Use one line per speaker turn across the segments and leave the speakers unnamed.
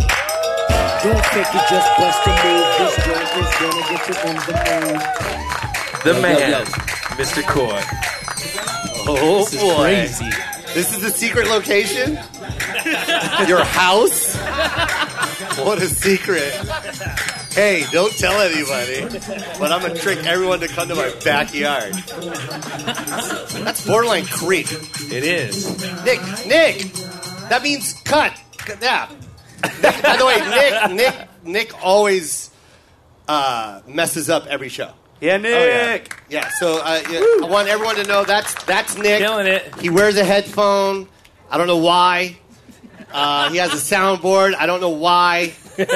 Don't think you just bust a move. This joint is gonna get you in the mood.
The man,
yo.
Mr. Core. Oh
This is
boy.
crazy.
This is a secret location? Your house? What a secret. Hey, don't tell anybody, but I'm going to trick everyone to come to my backyard. That's borderline creep.
It is.
Nick, Nick, that means cut. Cut- Yeah. Nick, by the way, Nick, Nick, Nick always uh, messes up every show.
Yeah, Nick.
Oh, Yeah, so uh, yeah, I want everyone to know that's that's Nick.
Killing it.
He wears a headphone. I don't know why. Uh, he has a soundboard. I don't know why.
Every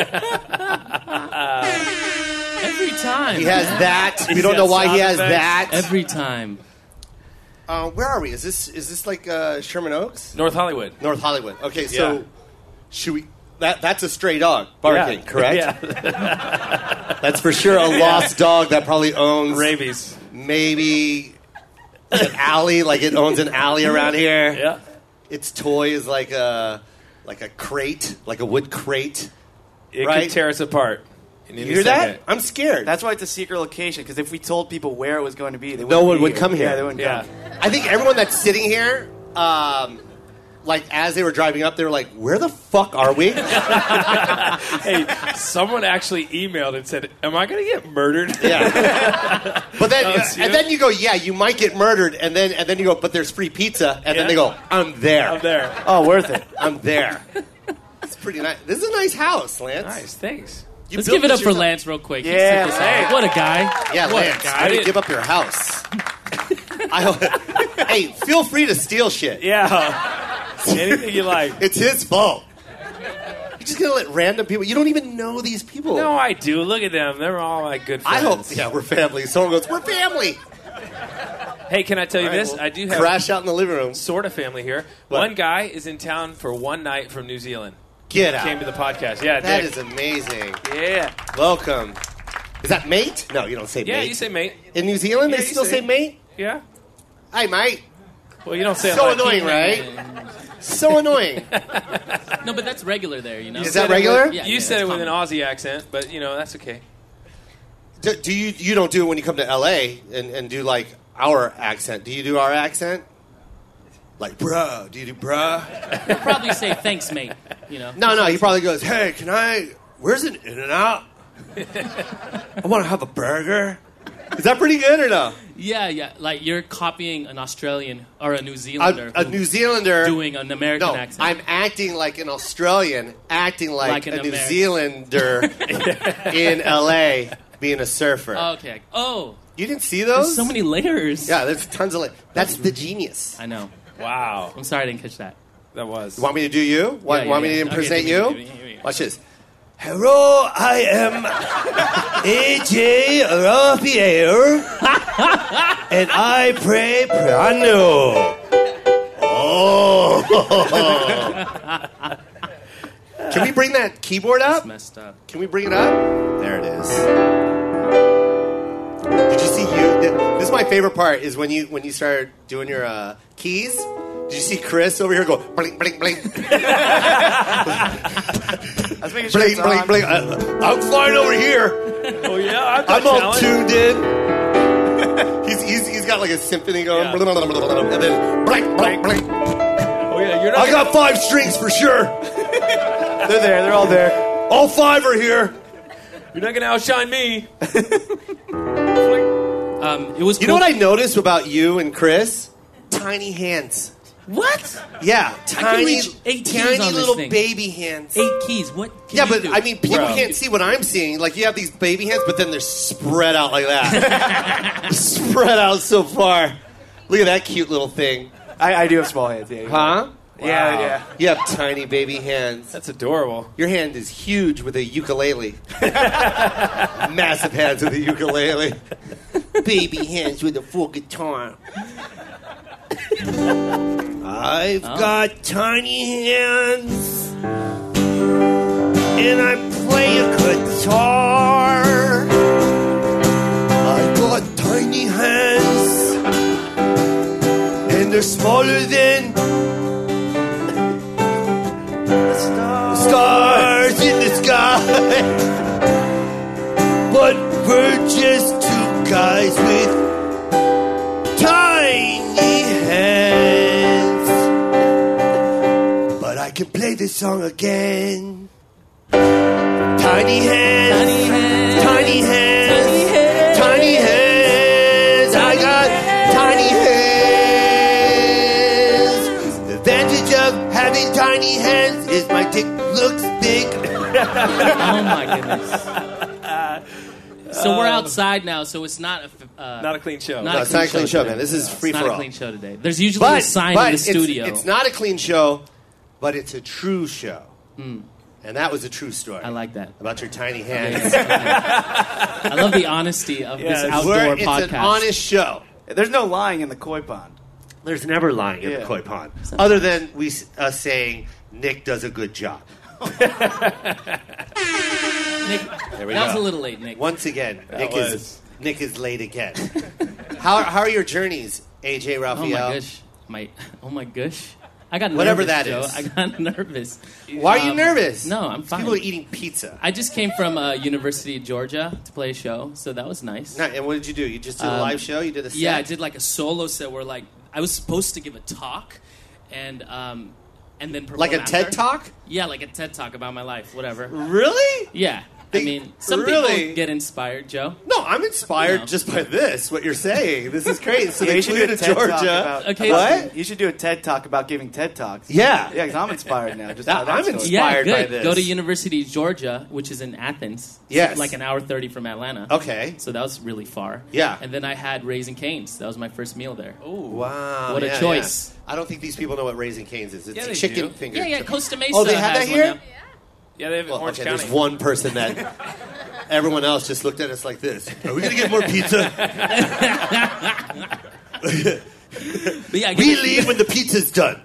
time.
He has that.
He's
we don't know
got
why he
sound
has that.
effects.
Every time.
uh, where are we? Is this is this like uh, Sherman Oaks,
North Hollywood.
North Hollywood? Okay, so
Yeah.
should we? That that's a stray dog barking,
Yeah.
correct?
Yeah.
That's for sure a lost dog that probably owns
Rabies.
maybe an alley, like it owns an alley around here.
Yeah.
Its toy is like a like a crate, like a wood crate.
It
Right.
could tear us apart. in any
You hear that?
second.
I'm scared.
That's why it's a secret location. Because if we told people where it was going to be, they
No
wouldn't
one
be
would come here.
Yeah, they wouldn't
Yeah.
I think everyone that's sitting here, um, like as they were driving up, they were like, "Where the fuck are we?"
hey, someone actually emailed and said, "Am I going to get murdered?"
yeah. But then,
Oh, it's you?
and then you go, "Yeah, you might get murdered," and then and then you go, "But there's free pizza," and then
Yeah.
they go, "I'm there.
I'm there.
come. Oh, worth it.
I'm there." it's pretty nice. This is a nice house, Lance.
Nice. Thanks.
You
Let's
built
give it
this
up for
yourself.
Lance real quick. He
Yeah,
sent this
Lance.
out. What a guy.
Yeah,
What a
Lance,
guy.
I didn't give up your house. I, hope- hey, feel free to steal shit.
Yeah. Anything you like.
It's his fault. You're just gonna let random people. You don't even know these people.
No, I do. Look at them. They're all like good
I
friends.
hope. Yeah, we're family. Someone goes, "We're family."
Hey, can I tell you
All right,
this?
we'll
I do have
crash out in the living room.
sort of family here.
What?
One guy is in town for one night from New Zealand.
Get out.
Came to the podcast. Yeah,
That
Nick.
is amazing.
Yeah.
Welcome. Is that mate? No, you don't say
yeah,
mate.
you say mate.
in New Zealand,
Yeah,
they
you
still
say-
say, mate.
Yeah.
Hey, mate.
Well, you don't say it
So
like-
annoying, right? So annoying.
No, but that's regular there, you know?
Is that regular?
Yeah,
you
yeah,
said it
that's
with an
common.
Aussie accent, but you know that's okay.
Do, do you? You don't do it when you come to LA and, and do like our accent. Do you do our accent? Like, bruh. Do you do bruh?
Probably say thanks, mate. You know?
No, no, he probably goes, "Hey, can I? Where's an In and Out? I want to have a burger." Is that pretty good or no?
Yeah, yeah. Like you're copying an Australian or a New Zealander
A, a
who's
New Zealander
doing an American
No,
accent.
I'm acting like an Australian, acting like,
Like an
a New
Ameri-
Zealander in LA being a surfer.
okay. Oh,
you didn't see
there's
those?
so many layers.
Yeah, there's tons of. Li- That's the genius.
I know.
Wow,
I'm sorry I didn't catch that.
that was.
Want me to do you? Want,
Yeah, yeah,
want
yeah.
me to
Okay,
impersonate
give
you?
me- give me- give me-
Watch this. Hello, I am AJ Raphael, and I play piano. Oh. Can we bring that keyboard up?
Messed up.
Can we bring it up? There it is. Did you see you? th- This is my favorite part. Is when you when you started doing your uh, keys. Did you see Chris over here go blink blink blink
I was making sure
blink
it's
blink
on.
blink? Uh, I'm flying over here.
Oh yeah, I've got
I'm all
talent.
tuned in. he's, he's he's got like a symphony going,
Yeah.
and then blink blink blink.
Oh yeah, you're not.
I got five strings for sure.
They're there. They're all there.
All five are here.
You're not gonna outshine me.
Um, it was
You know what I noticed about you and Chris? Tiny hands.
What?
Yeah, tiny,
reach eight keys
tiny
on this
little
thing.
baby hands.
Eight keys. What? can
yeah,
you
but
do?
I mean, people
Bro.
can't see what I'm seeing. Like you have these baby hands, but then they're spread out like that, spread out so far. Look at that cute little thing,
I, I do have small hands. Yeah. you're
huh?
right.
Yeah,
Wow.
yeah. You have tiny baby hands.
That's adorable.
Your hand is huge with a ukulele. Massive hands with a ukulele. baby hands with a full guitar. I've got tiny hands. And I play a guitar. I've got tiny hands. And they're smaller than stars in the sky. But we're just two guys with tiny hands. But I can play this song again. Tiny hands, tiny hands, tiny hands, tiny hands. I got tiny hands. The advantage of having tiny hands is my dick looks big.
Oh my goodness. So we're outside now, so it's not a f- uh,
Not a clean show.
Not
No,
a
it's not a clean show,
today.
man. This is
No, it's
free
not
for
a
all.
clean show today. There's usually
but,
a sign
but
in the
it's,
studio.
it's not a clean show, but it's a true show. And that was a true story.
I like that.
About your tiny hands.
I love the honesty of
Yeah,
this
it's-
outdoor
We're- it's
podcast.
an honest show.
There's no lying in the koi pond.
There's never lying in the
Yeah.
koi pond, other than we s- us saying Nick does a good job.
Nick,
we
that
go.
was a little late, Nick.
Once again, Nick
was-
is Nick is late again. how, how are your journeys, AJ
oh
Raphael?
my gosh, my oh my gosh, I got nervous,
Whatever that
Joe.
is.
I got nervous.
Why are you
Um,
nervous?
No, I'm fine.
People are eating pizza.
I just came from uh, University of Georgia to play a show, so that was nice.
No, and what did you do? You just did a
Um,
live show. You did a set?
Yeah, I did like a solo set where like I was supposed to give a talk, and um, and then perform
like a
after.
TED talk.
Yeah, like a TED talk about my life, whatever.
Really?
Yeah, I
They-
mean, some
really?
people get inspired, Joe.
No, I'm inspired
No.
just by this. What you're saying. This is great. So
Yeah,
they
you should do a
flew to
TED talk
Georgia.
about-
Okay,
What?
You should do a TED talk about giving TED talks.
Yeah.
yeah, because I'm inspired now. Just
Yeah,
by that
I'm
story.
inspired.
Yeah,
by
good.
this.
Go to University of Georgia, which is in Athens.
Yes.
It's like an hour thirty from Atlanta.
Okay.
So that was really far.
Yeah.
And then I had Raising Canes. That was my first meal there. Oh.
Wow.
What a
yeah,
choice.
yeah. I don't think these people know what Raising Cane's is. It's
Yeah,
a
they
chicken
do.
finger.
Yeah, yeah.
chip.
Costa Mesa.
Oh, they have that
has one
here?
now.
Yeah, they have it in
Well,
Orange
okay,
County.
there's one person that everyone else just looked at us like this. Are we going to get more pizza?
But yeah, I
We
get-
leave when the pizza's done.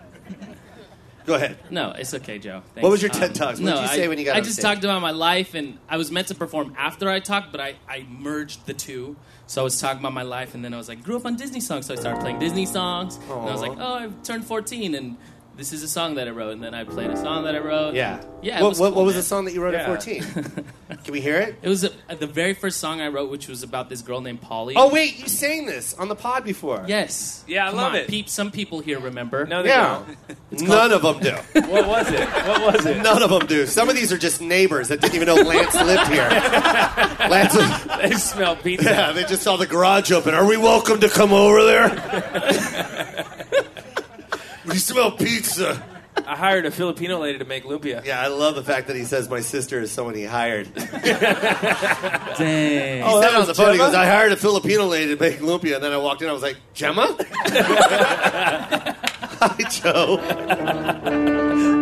Go ahead.
No, it's okay, Joe. Thanks.
What was your TED Talks? What
Um, no,
did you say
I,
when you got
I
on
just
stage?
talked about my life, and I was meant to perform after I talked, but I, I merged the two. So I was talking about my life, and then I was like, grew up on Disney songs, so I started playing Disney songs. And I was like, oh, I turned 14, and this is a song that I wrote, and then I played a song that I wrote.
Yeah.
Yeah. it
What,
was
what,
cool,
what was
man.
the song that you wrote
Yeah.
at 14? Can we hear it?
It was uh the very first song I wrote, which was about this girl named Polly.
Oh, wait. You sang this on the pod before.
Yes.
Yeah, I
Come
love
on,
it.
Peep, some people here remember.
No, they
Yeah. None of them do.
don't. What was it? What was it?
None of them do. Some of these are just neighbors that didn't even know Lance lived here. Lance, was-
They smell pizza.
yeah, they just saw the garage open. Are we welcome to come over there? we smell pizza.
I hired a Filipino lady to make lumpia.
Yeah, I love the fact that he says my sister is someone he hired. He
Dang.
said it on the phone. He goes, I hired a Filipino lady to make lumpia, and then I walked in. I was like, Gemma. Hi, Joe.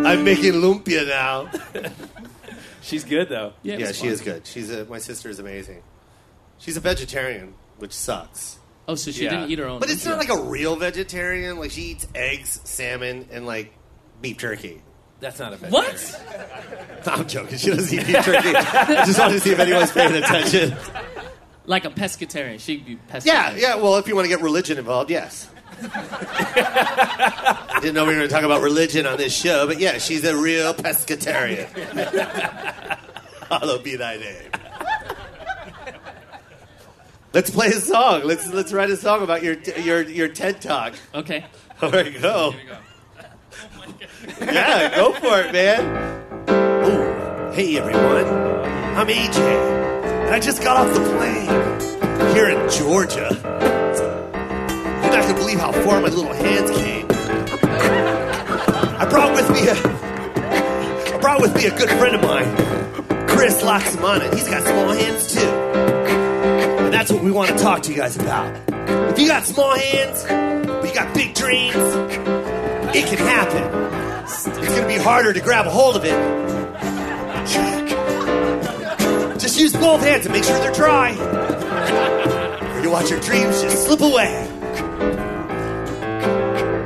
I'm making lumpia now.
She's good though.
it
Yeah,
was
she
fun.
is good. She's a, my sister is amazing. She's a vegetarian, which sucks.
Oh, so she
Yeah.
didn't eat her own.
But it's
lumpia.
not like a real vegetarian. Like she eats eggs, salmon, and like beef turkey.
That's not a bad
What?
I'm joking. She doesn't eat beef turkey. I just wanted to see if anyone's paying attention.
Like a pescatarian. She'd be pescatarian.
Yeah, yeah. Well, if you want to get religion involved, yes. I didn't know we were going to talk about religion on this show, but yeah, she's a real pescatarian. Hallowed be thy name. Let's play a song. Let's let's write a song about your your your TED talk.
Okay.
All right, go. yeah, go for it, man. Ooh, hey everyone, I'm AJ, and I just got off the plane here in Georgia. You're not gonna believe how far my little hands came. I brought with me a, I brought with me a good friend of mine, Chris Laxamana. He's got small hands too, and that's what we want to talk to you guys about. If you got small hands, but you got big dreams, it can happen.
It's gonna be harder to grab a hold of it. Just use both hands and make sure they're dry. You watch your dreams just slip away.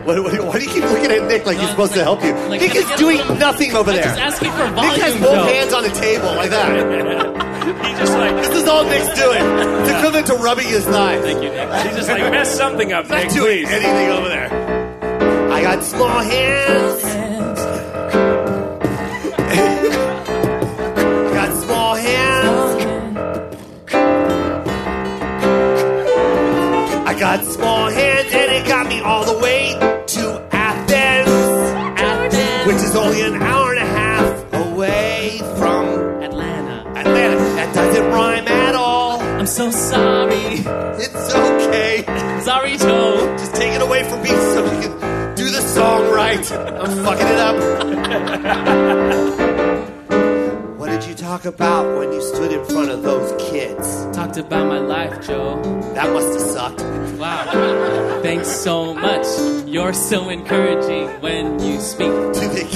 What, what, why do you keep looking at Nick like he's supposed to help you?
Like,
Nick
can
is
I get a
doing
little-
nothing over
I'm
there.
just asking for volume,
Nick has both
though.
hands on the table like that.
He just like
This is all Nick's doing. It's equivalent to rubbing his thighs.
Thank you, Nick.
he just like messed something up.
Not
Nick,
doing
please.
anything over there. I got small hands. got small hands. I got small hands, and it got me all the way to Athens,
Athens.
which is only an hour and a half away from
Atlanta.
Atlanta. That doesn't rhyme at all.
I'm so sorry.
It's okay.
Sorry, Joe.
Just take it away from me so we can do the song right. I'm fucking it up. what did you talk about when you stood in front of those kids?
Talked about my life, Joe.
That must have sucked.
Wow. Thanks so much. You're so encouraging when you speak.
To the kids.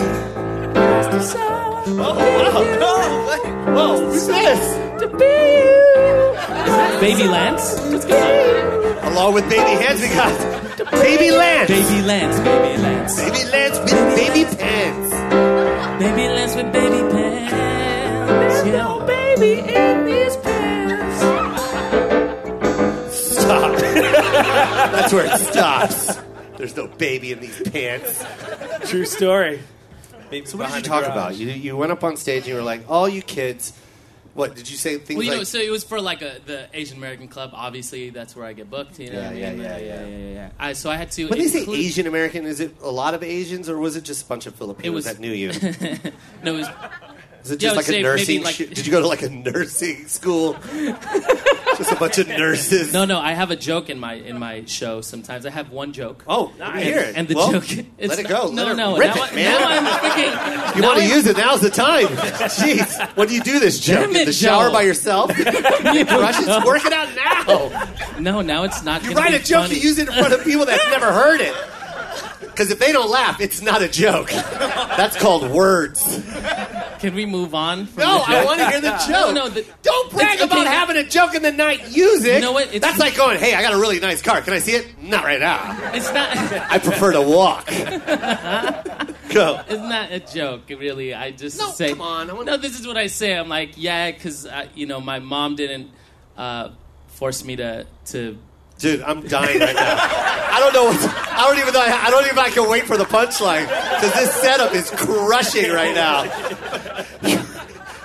Oh, wow. No, wait. Whoa, who's this?
Baby Lance? What's going on?
Along with Baby Hands, we got Baby Lance.
Baby Lance, baby Lance.
Baby Lance with Baby Pants.
Baby Lance with baby pants. There's no baby in these pants.
Stop. That's where it stops. There's no baby in these pants.
True story.
So what did you talk about? You, you went up on stage and you were like, all you kids, what, did you say things
Well, you
like,
know, so it was for like a, the Asian American club. Obviously, that's where I get booked. You know,
Yeah,
what I
yeah,
mean?
yeah, yeah.
I, so I had to.
when they say
include-
Asian American, is it a lot of Asians or was it just a bunch of Filipinos
was-
that knew you? Is
no, it was,
it
Yeah,
just
I would
like
say
a
maybe
nursing,
like-
sh- did you go to like a nursing school? just a bunch of nurses?
no, no. I have a joke in my in my show. Sometimes I have one joke.
Oh, let me hear it.
And the
Well,
joke. It's
let it
not-
go.
No,
Let it
no.
rip
now,
it,
I-
man.
now I'm freaking.
You
now
want to
I'm-
use it? Now's the time. Jeez, when do you do this joke?
Damn
In
it,
the shower
Joe.
by yourself? Rush it, work it out now.
No, now it's not.
You
Oh, gonna
write
be
a joke,
funny.
you use it in front of people that's never heard it. Because if they don't laugh, it's not a joke. That's called words.
Can we move on? From
No,
the joke?
I want to hear the joke.
No, no, the-
don't brag
It's-
about
okay.
having a joke in the night. Use it.
You know what? It's-
That's like going, hey, I got a really nice car. Can I see it? Not right now.
It's not.
I prefer to walk. Go.
It's not a joke, really. I just
No,
say.
come on, I want-
No, this is what I say. I'm like, yeah, because you know, my mom didn't uh, force me to to.
Dude, I'm dying right now. I don't know. What's, I don't even know. I don't even. I can wait for the punchline because this setup is crushing right now.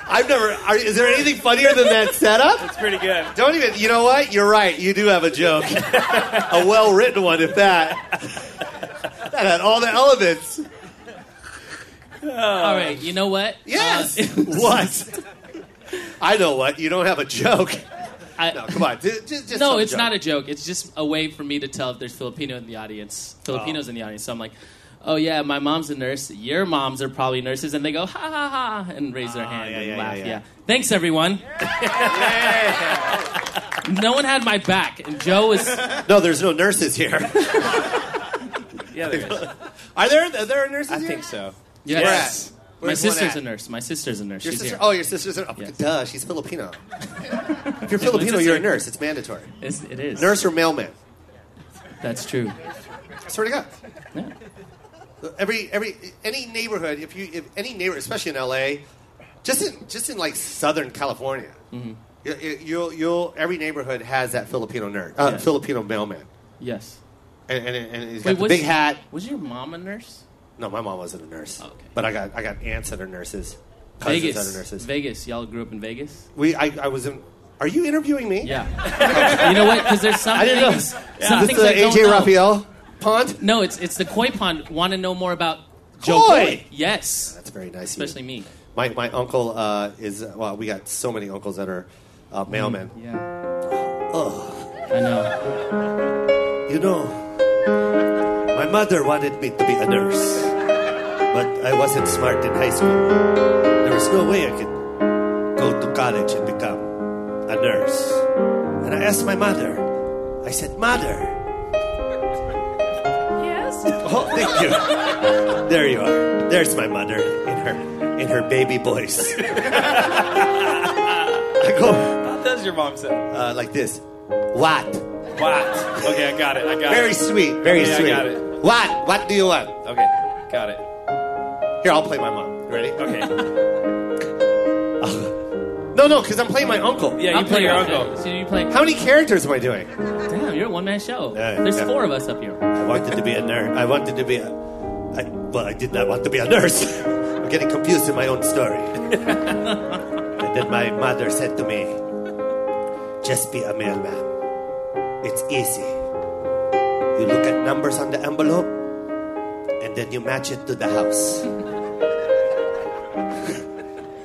I've never. Are, is there anything funnier than that setup?
Pretty good.
Don't even. You know what? You're right. You do have a joke, a well-written one, if that. That had all the elements.
All right, you know what?
Uh, Yes.
Uh,
what? I know what. You don't have a joke.
I-
No, come on. Just, just
no,
some
it's
joke.
not a joke. It's just a way for me to tell if there's Filipino in the audience, Filipinos in the audience. So I'm like, oh yeah, my mom's a nurse. Your moms are probably nurses, and they go ha ha ha and raise their hand
Ah, yeah,
and
yeah,
laugh.
yeah,
Yeah,
yeah.
Thanks everyone. no one had my back, and Joe was.
No, there's no nurses here.
Yeah, there is.
Are there? Are there nurses
I
here?
think so.
Yes. My
Where's one
sister's
at?
a nurse. My sister's a nurse.
Your
She's
sister?
here.
Oh, your sister's a. Oh,
Yes.
Duh, she's Filipino. if you're Filipino, you're a nurse. It's mandatory.
It's, it is.
oh. Nurse or mailman.
That's true.
Swear to God.
Yeah.
Every every any neighborhood, if you if any neighbor, especially in L.A., just in just in like Southern California,
Mm-hmm.
you, you, you'll you'll every neighborhood has that Filipino nerd, uh,
Yeah.
Filipino mailman,
Yes.
and and, and he's
Wait,
got the
was-
big hat.
Was your mom a nurse?
No, my mom wasn't a nurse,
Oh, Okay.
but I got I got aunts that are nurses, cousins
Vegas.
that are nurses.
Vegas. Y'all grew up in Vegas?
We I, I was in. Are you interviewing me?
Yeah. you know what? Because there's some
I didn't know.
things. Some
This
things
is
I don't
AJ
know.
Raphael pond.
No, it's it's the koi pond. Want to know more about Joe
Koi?
Koi? Yes.
That's very nice. of you.
Especially me.
My my uncle uh, is well. We got so many uncles that are uh, mailmen.
Yeah. I know.
You know, my mother wanted me to be a nurse, but I wasn't smart in high school. There was no way I could go to college and become a nurse. And I asked my mother. I said, "Mother,
Yes.
Oh, thank you. There you are. There's my mother in her in her baby voice. I go
How does your mom say?
uh, like this. What?
What? Okay, I got it. I got
Very
it.
sweet. Very
Okay, I
sweet.
got it.
What? What do you want?
Okay, got it.
Here, I'll play my mom. You ready?
Okay.
No, no, because I'm playing my uncle.
Yeah, you play your uncle.
So you play.
How many characters am I doing?
Damn, you're a one man show.
Yeah,
There's
yeah.
four of us up here.
I wanted to be a nurse. I wanted to be a. I, well, I did not want to be a nurse. I'm getting confused in my own story. and then my mother said to me, "Just be a mailman. It's easy. You look at numbers on the envelope, and then you match it to the house."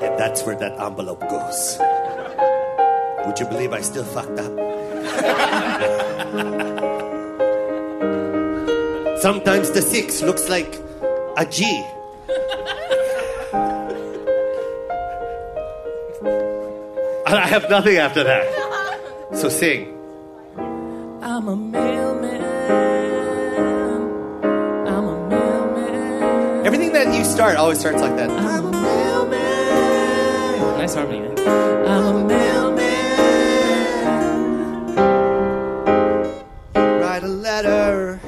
And that's where that envelope goes. Would you believe I still fucked up? Sometimes the six looks like a G. and I have nothing after that. So sing.
I'm a mailman. I'm a mailman.
Everything that you start always starts like that.
I'm a mailman. Nice harmony. eh? there. I'm a mailman.
Write a letter,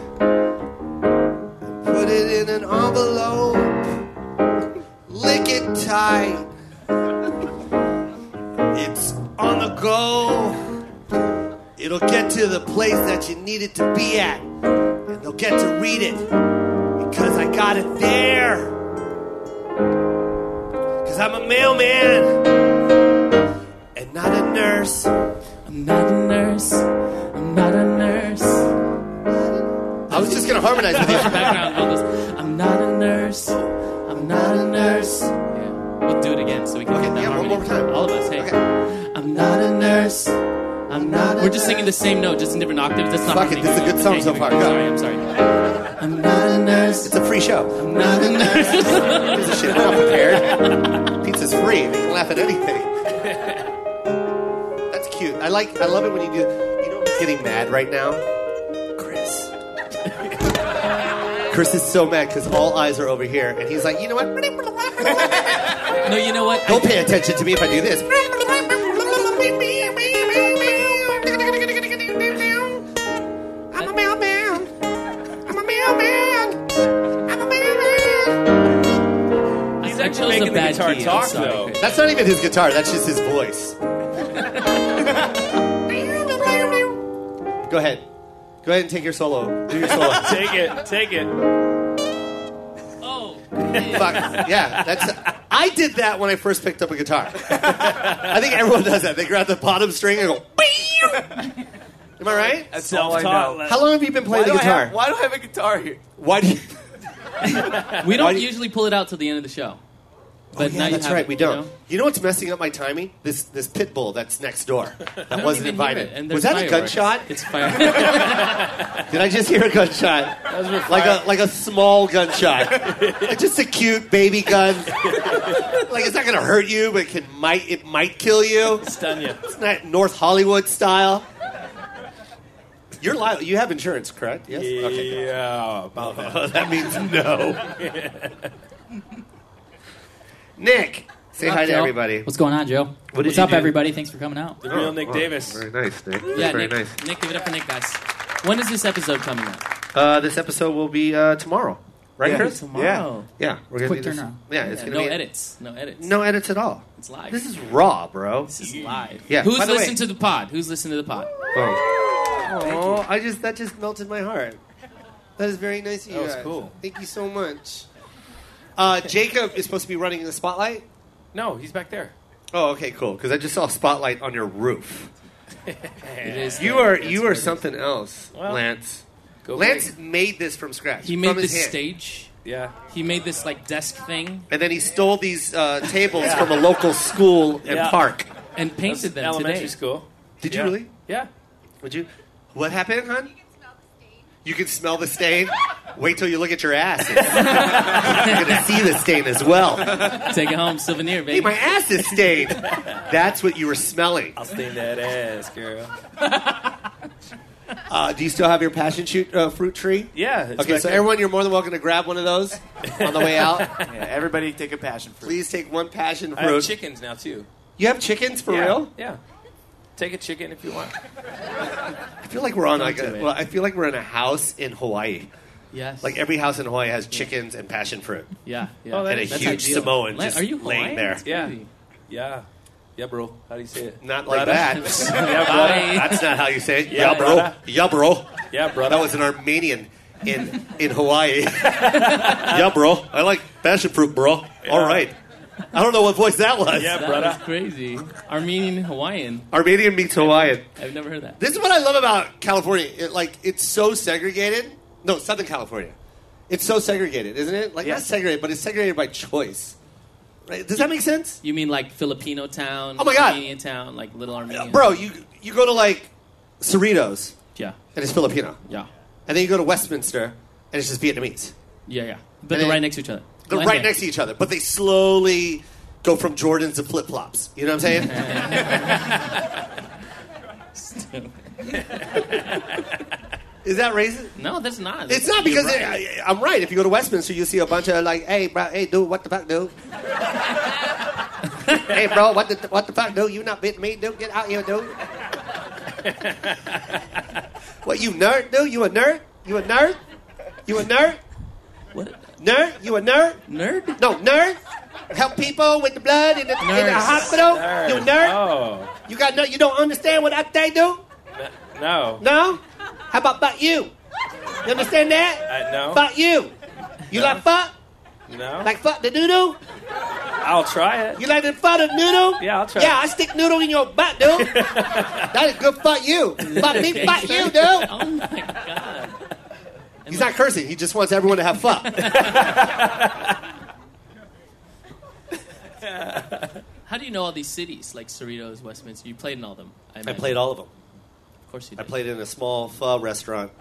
put it in an envelope, lick it tight. It's on the go. It'll get to the place that you need it to be at, and they'll get to read it because I got it there. Because I'm a mailman and not a nurse.
I'm not a nurse. I'm not a nurse.
I was just gonna harmonize with you.
Background all goes, I'm not a nurse. I'm not a nurse. Yeah. We'll do it again so we can
Okay,
get that
yeah, one
harmony.
more time.
All of us. Hey.
Okay.
I'm not a nurse. I'm not. A We're just singing the same note, just in different octaves. That's not.
Fuck it,
harmony.
this is a good song
Okay,
so
here we
far,
go.
go.
Sorry, I'm sorry. I'm not a nurse.
It's a free show.
I'm not a nurse.
Piece of shit. I'm not prepared. Pizza's free. They can laugh at anything. That's cute. I like. I love it when you do. You know who's getting mad right now? Chris. Chris is so mad because all eyes are over here, and he's like, you know what?
no, you know what?
Don't pay attention to me if I do this.
I'm a mailman. I'm a mailman. I'm a mailman.
He's
actually making the guitar talk, though.
That's not even his guitar. That's just his voice. Go ahead. Go ahead and take your solo. Do your solo.
Take it. Take it.
Oh,
Fuck. Yeah, that's. I did that when I first picked up a guitar. I think everyone does that. They grab the bottom string and go. "Beow." Am I right?
That's all I
Self-taught.
know.
How long have you been
Why
playing
do,
the
I
guitar?
have, why do I have a guitar here?
Why do you,
we
Why
don't
do you-
usually pull it out till the end of the show. But
Oh, yeah,
now you
that's
have
right.
it,
we
you
don't. You
know?
know? what's messing up my timing? This this pit bull that's next door that wasn't
Even hear it,
invited.
and
Was
there's
that a
fireworks.
gunshot?
It's fire.
Did I just hear a gunshot? Like a like a small gunshot, like just a cute baby gun. like it's not gonna hurt you, but it can might it might kill you.
Stun you.
It's not North Hollywood style. You're li- you have insurance, correct? Yes. Okay.
Yeah.
Oh, that means no. Nick, say hi to
Joe?
everybody.
What's going on, Joe?
did
What's
you
up,
do?
everybody? Thanks for coming out.
The real
Oh,
Nick Davis.
Very nice, Nick.
yeah,
very
Nick,
nice.
Nick, give it up for Nick, guys. When is this episode coming out?
Uh, this episode will be uh, tomorrow, right,
Yeah.
Chris?
Tomorrow.
Yeah, we're gonna
Quick
do this.
turnaround.
Yeah, it's
Yeah,
gonna
no
be
edits. No edits.
No edits at all.
It's live.
This is raw, bro.
This is live.
Yeah,
Who's
by the
listened
way-
to the pod? Who's listened to the pod?
Oh, I just that just melted my heart. That is very nice of you.
was
guys.
cool.
Thank you so much. Uh, Jacob is supposed to be running the spotlight.
No, he's back there.
Oh, okay, cool. Because I just saw a spotlight on your roof.
It is.
You
the-
are
it's
you
where
are
it is.
something else,
Well,
Lance.
Go
Lance
big.
made this from scratch.
He
from
made
his
this
hand.
stage.
Yeah.
He made this like desk thing
and then he stole these uh, tables from a local school and
Yeah.
park.
and painted them
Elementary
today.
school.
Did
Yeah.
you really?
Yeah.
Would you? What happened, hon? You can smell the stain. Wait till you look at your ass. You're gonna see the stain as well.
Take it home, souvenir,
Hey,
baby.
my ass is stained. That's what you were smelling.
I'll stain that ass, girl.
Uh, do you still have your passion shoot, uh, fruit tree?
Yeah. it's
Okay,
back
so
there.
everyone, you're more than welcome to grab one of those on the way out.
Yeah, everybody take a passion fruit.
Please take one passion
I have
fruit.
chickens now too.
you have chickens for
yeah.
real?
Yeah. Take a chicken if you want.
I feel like we're on like
do
a,
it.
well, I feel like we're in a house in Hawaii.
Yes.
Like every house in Hawaii has chickens and passion fruit.
yeah. yeah.
Oh, that
And a
is-
huge
ideal.
Samoan
Len,
just
are you
laying
Hawaiian?
there.
Yeah. Yeah. Yeah, bro. How do you say it?
Not like
Brother?
that.
yeah, brother.
That's not how you say it.
Yeah,
Yeah, bro.
brother.
Yeah, bro.
Yeah, brother.
That was an Armenian in in Hawaii. yeah, bro. I like passion fruit, bro. All right. I don't know what voice that was.
Yeah,
That
brother.
is crazy. Armenian Hawaiian.
Armenian meets Hawaiian.
I've never heard that.
This is what I love about California. It, like it's so segregated. No, Southern California. It's so segregated, isn't it? Like
Yeah.
not segregated, but it's segregated by choice. Right? Does that make sense?
You mean like Filipino town?
Oh my God.
Armenian town, like little Armenian.
Bro, you you go to like Cerritos
Yeah.
and it's Filipino.
Yeah.
And then you go to Westminster and it's just Vietnamese.
Yeah, yeah. But
And
they're
it-
right next to each other.
They're
Glen
right
Bay.
next to each other, but they slowly go from Jordans to flip flops. You know what I'm saying? Is that racist?
No, that's not.
It's not
You're
because
right.
I, I- I'm right. If you go to Westminster, you see a bunch of like, "Hey, bro, hey, dude, what the fuck, dude? hey, bro, what the what the fuck, dude? You not bit me, dude? Get out here, dude! what you nerd, dude? You a nerd? You a nerd? You a nerd?
What?
Nerd? You a nerd?
Nerd?
No, nerd. Help people with the blood in the, in the
Nurse.
hospital. You nerd.
Oh.
You got no. You don't understand what I they do.
No.
No. How about fuck you? You understand that?
I- Uh, no.
Fuck you. You like fuck?
No.
Like fuck the noodle?
I'll try it.
You like to fuck the noodle?
Yeah, I'll try.
Yeah, I stick noodle in your butt, dude. that is good. Fuck you. Fuck me. Fuck you, dude.
Oh my god.
He's not cursing. He just wants everyone to have fun.
How do you know all these cities like Cerritos, Westminster? You played in all them. I,
I
imagine.
played all of them.
Of course you
I
did.
played in a small pho restaurant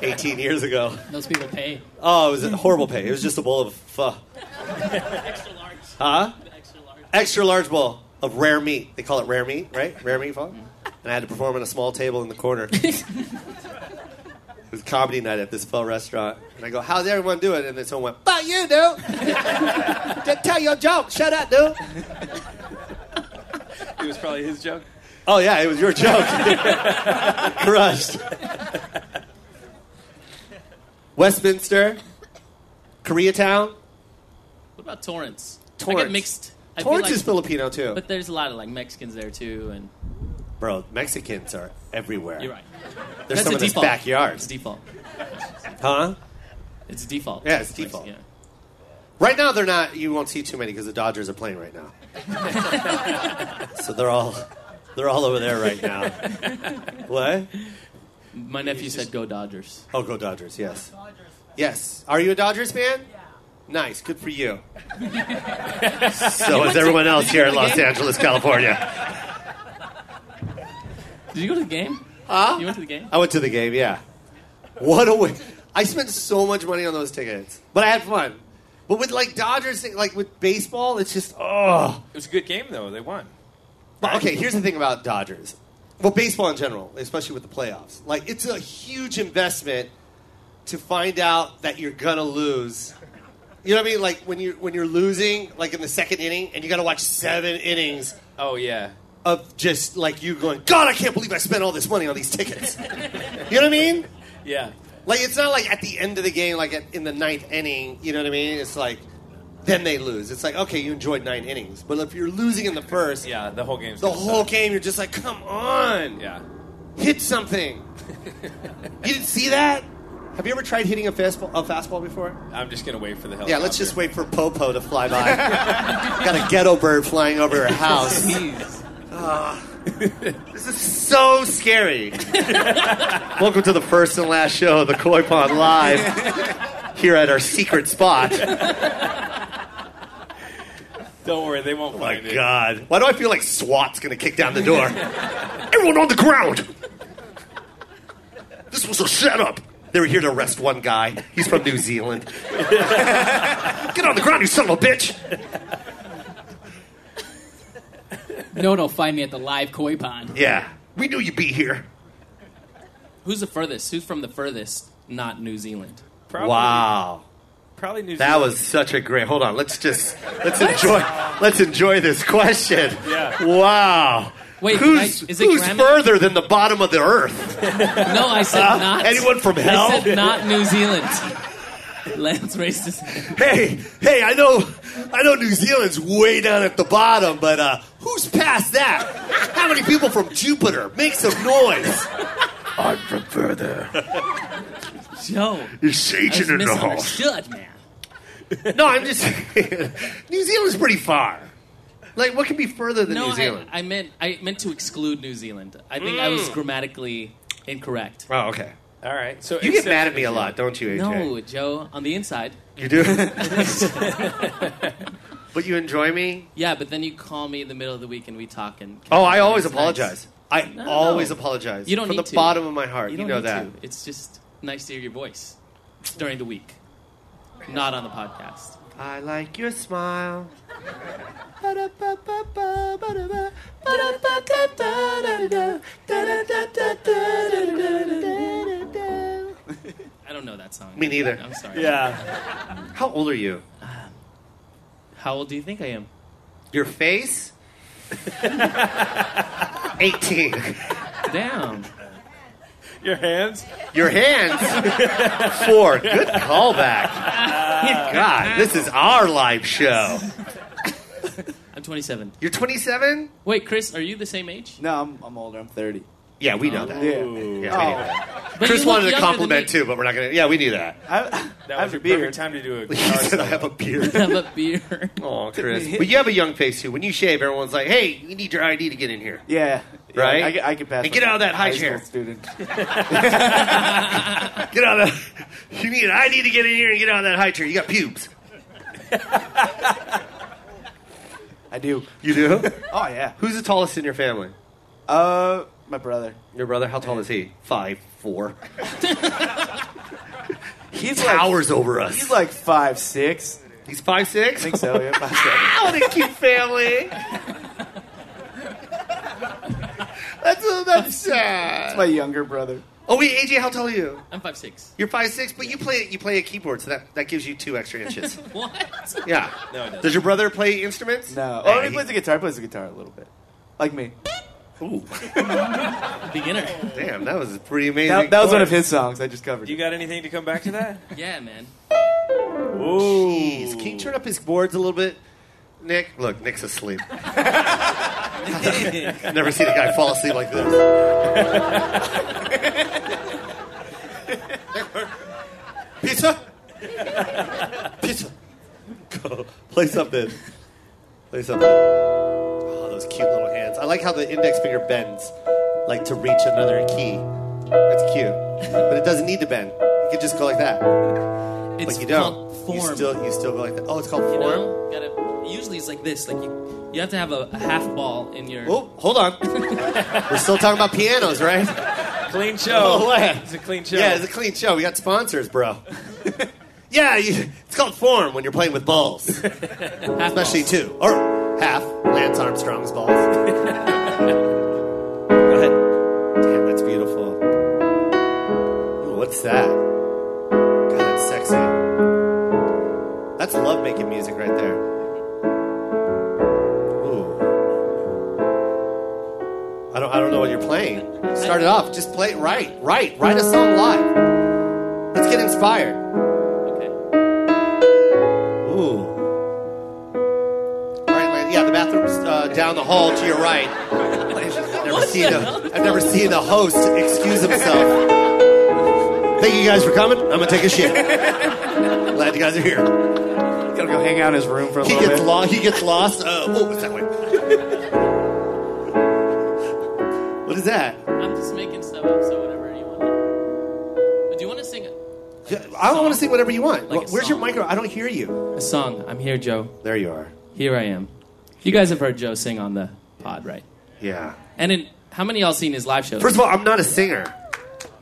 18 years ago.
Those people pay.
Oh, it was a horrible pay. It was just a bowl of pho.
Extra large.
Huh?
Extra large.
extra large bowl of rare meat. They call it rare meat, right? Rare meat fall. And I had to perform on a small table in the corner. it was comedy night at this pho restaurant. And I go, How's everyone doing? And then someone went, Fuck you, dude. Just tell your joke. Shut up, dude.
It was probably his joke.
Oh, yeah, it was your joke. Crushed. Westminster, Koreatown.
What about Torrance? I
Torrance.
get mixed. I feel
Torrance
like-
is Filipino, too.
But there's a lot of like Mexicans there too, and
Bro, Mexicans are everywhere.
you're right.
There's
That's
some
a
in this
default.
backyard.
It's default.
Huh?
It's default.
Yeah, it's
Like,
default.
Yeah.
Right now, they're not. You won't see too many because the Dodgers are playing right now. so they're all they're all over there right now. what?
My nephew said, "Go Dodgers."
Oh, go Dodgers! Yes, yes. Are you a Dodgers fan? Yeah. Nice. Good for you. so is everyone else here in Los Angeles, California.
Did you go to the game? Huh? You went to the game?
I went to the game. Yeah. What a win! I spent so much money on those tickets, but I had fun. But with like Dodgers, like with baseball, it's just oh.
It was a good game though. They won.
Well, okay, here's the thing about Dodgers. Well, baseball in general, especially with the playoffs. Like, it's a huge investment to find out that you're gonna lose. You know what I mean? Like when you when you're losing, like in the second inning, and you got to watch seven innings
Oh yeah.
of just like you going, God, I can't believe I spent all this money on these tickets. you know what I mean?
Yeah.
Like it's not like at the end of the game, like at, in the ninth inning. You know what I mean? It's like then they lose. It's like okay, you enjoyed nine innings, but if you're losing in the first,
Yeah. The whole game's
the
gonna
whole
suck.
game, you're just like, come on,
Yeah.
hit something. you didn't see that? Have you ever tried hitting a fastball, a fastball before?
I'm just gonna wait for the hell.
Yeah, let's just wait for Popo to fly by. Got a ghetto bird flying over her house.
Jeez.
this is so scary. Welcome to the first and last show of the Koi Pond Live here at our secret spot.
Don't worry, they won't
Oh My
find it.
God. Why do I feel like SWAT's going to kick down the door? Everyone on the ground! This was a setup. They were here to arrest one guy. He's from New Zealand. Get on the ground, you son of a bitch!
No, no, find me at the live koi pond.
Yeah. We knew you'd be here.
Who's the furthest? Who's from the furthest? Not New Zealand.
Probably,
Wow.
Probably New
That
Zealand.
was such a great. Hold on, let's just let's enjoy let's enjoy this question.
Yeah.
Wow.
Wait, can I-
who's,
is it
who's
Grammy?
further than the bottom of the earth?
No, I said not.
Anyone from hell?
I said not New Zealand. Lance raised his hand.
hey, hey, I know, I know New Zealand's way down at the bottom, but uh, who's past that? How many people from Jupiter? Make some noise. I'm from further.
Joe.
It's
I was
Satan
misunderstood, man.
No, I'm just. New Zealand's pretty far. Like, what could be further than
No,
New
I,
Zealand? Mm.
I meant I meant to exclude New Zealand. I think I was grammatically incorrect.
oh, okay.
All right. So
You get
except-
mad at me a lot, don't you, AJ?
No, Joe, on the inside.
You do. but you enjoy me.
Yeah, but then you call me in the middle of the week and we talk and
Oh, I always
It's nice.
apologize. I
No, no,
always
no.
apologize.
You don't
from
need
the
to.
bottom of my heart. You,
You don't
know
need
that.
to. It's just nice to hear your voice during the week, not on the podcast.
I like your smile.
I don't know that song.
Me neither.
I'm sorry.
Yeah.
How old are you?
How old do you think I am?
Your face? 18.
Damn.
Your hands.
Your hands? 4. Good callback. God, this is our live show.
I'm 27.
You're 27?
Wait, Chris, are you the same age?
No, I'm, I'm older. I'm 30.
Yeah, we know that.
Yeah.
Yeah, we knew that.
But
Chris
you look
wanted a
younger than
compliment
me.
too, but we're not going to. Yeah, we knew that.
I,
That
I
was
have
your
a
perfect
beard.
time to do a
He
guitar
said, I
solo.
have a beard.
Have a beer.
Oh, Chris. but you have a young face too. When you shave, everyone's like, "Hey, you need your ID to get in here."
Yeah. Yeah,
Right?
I, could- I could pass.
And
like
get out of
a
that high
school
chair.
student.
Get out of. The, you need an ID to get in here and get out of that high chair. You got pubes.
I do.
You do.
Oh yeah.
Who's the tallest in your family?
Uh, my brother.
Your brother. How tall is he? Five four.
He's
Towers over
Like,
us.
he's like five six.
he's five six.
I think so. Yeah, five six.
What a cute family. that's that's sad.
That's my younger brother.
Oh wait, AJ, how tall are you?
I'm 5'6.
You're five six, but you play you play a keyboard, so that, that gives you two extra inches.
What?
Yeah.
No, it doesn't.
Does your brother play instruments?
No.
Yeah,
Oh, he
he-
plays the guitar. He plays the guitar a little bit, like me.
Beginner.
Damn, that was pretty amazing.
That, that was one of his songs. I just covered.
You
it.
got anything to come back to that?
Yeah, man.
Ooh.
Jeez, can you turn up his boards a little bit, Nick? Look, Nick's asleep. Never seen a guy fall asleep like this. Pizza, pizza. Go play something. Play something. Oh, those cute little hands. I like how the index finger bends, like to reach another key. That's cute, but it doesn't need to bend. It could just go like that.
It's
But you
called
don't.
form.
You still, you still go like that. Oh, it's called
You
form.
know? Gotta, usually it's like this. Like you, you have to have a, a half ball in your.
Oh, hold on. We're still talking about pianos, right?
Clean show.
Oh, what?
It's a clean show.
Yeah, it's a clean show. We got sponsors, bro. yeah, you, it's called form when you're playing with balls,
half
especially two or half Lance Armstrong's balls. go ahead. Damn, that's beautiful. Ooh, what's that? God, that's sexy. That's love making music right there. Ooh. I don't, I don't know what you're playing. Start it off. Just play it right. Right. Write a song live. Let's get inspired.
balls. Okay.
Ooh. All right, Lance. Yeah, the bathroom's uh, down the hall to your right. I've never, seen a, I've never seen a host excuse himself. Thank you guys for coming. I'm going to take a shit. Glad you guys are here.
gotta go hang out in his room for a
He
little
gets
bit.
lost. He gets lost. Uh, oh, it's that way. what is that?
I'm just making stuff up, so whatever you want. But do you want to sing a,
I want to say whatever you want.
Like a
Where's your
song.
micro? I don't hear you.
a song? I'm here, Joe.
There you are.
Here I am. You guys have heard Joe sing on the pod, right?
Yeah.
And in how many of y'all seen his live shows?
First of all, I'm not a singer.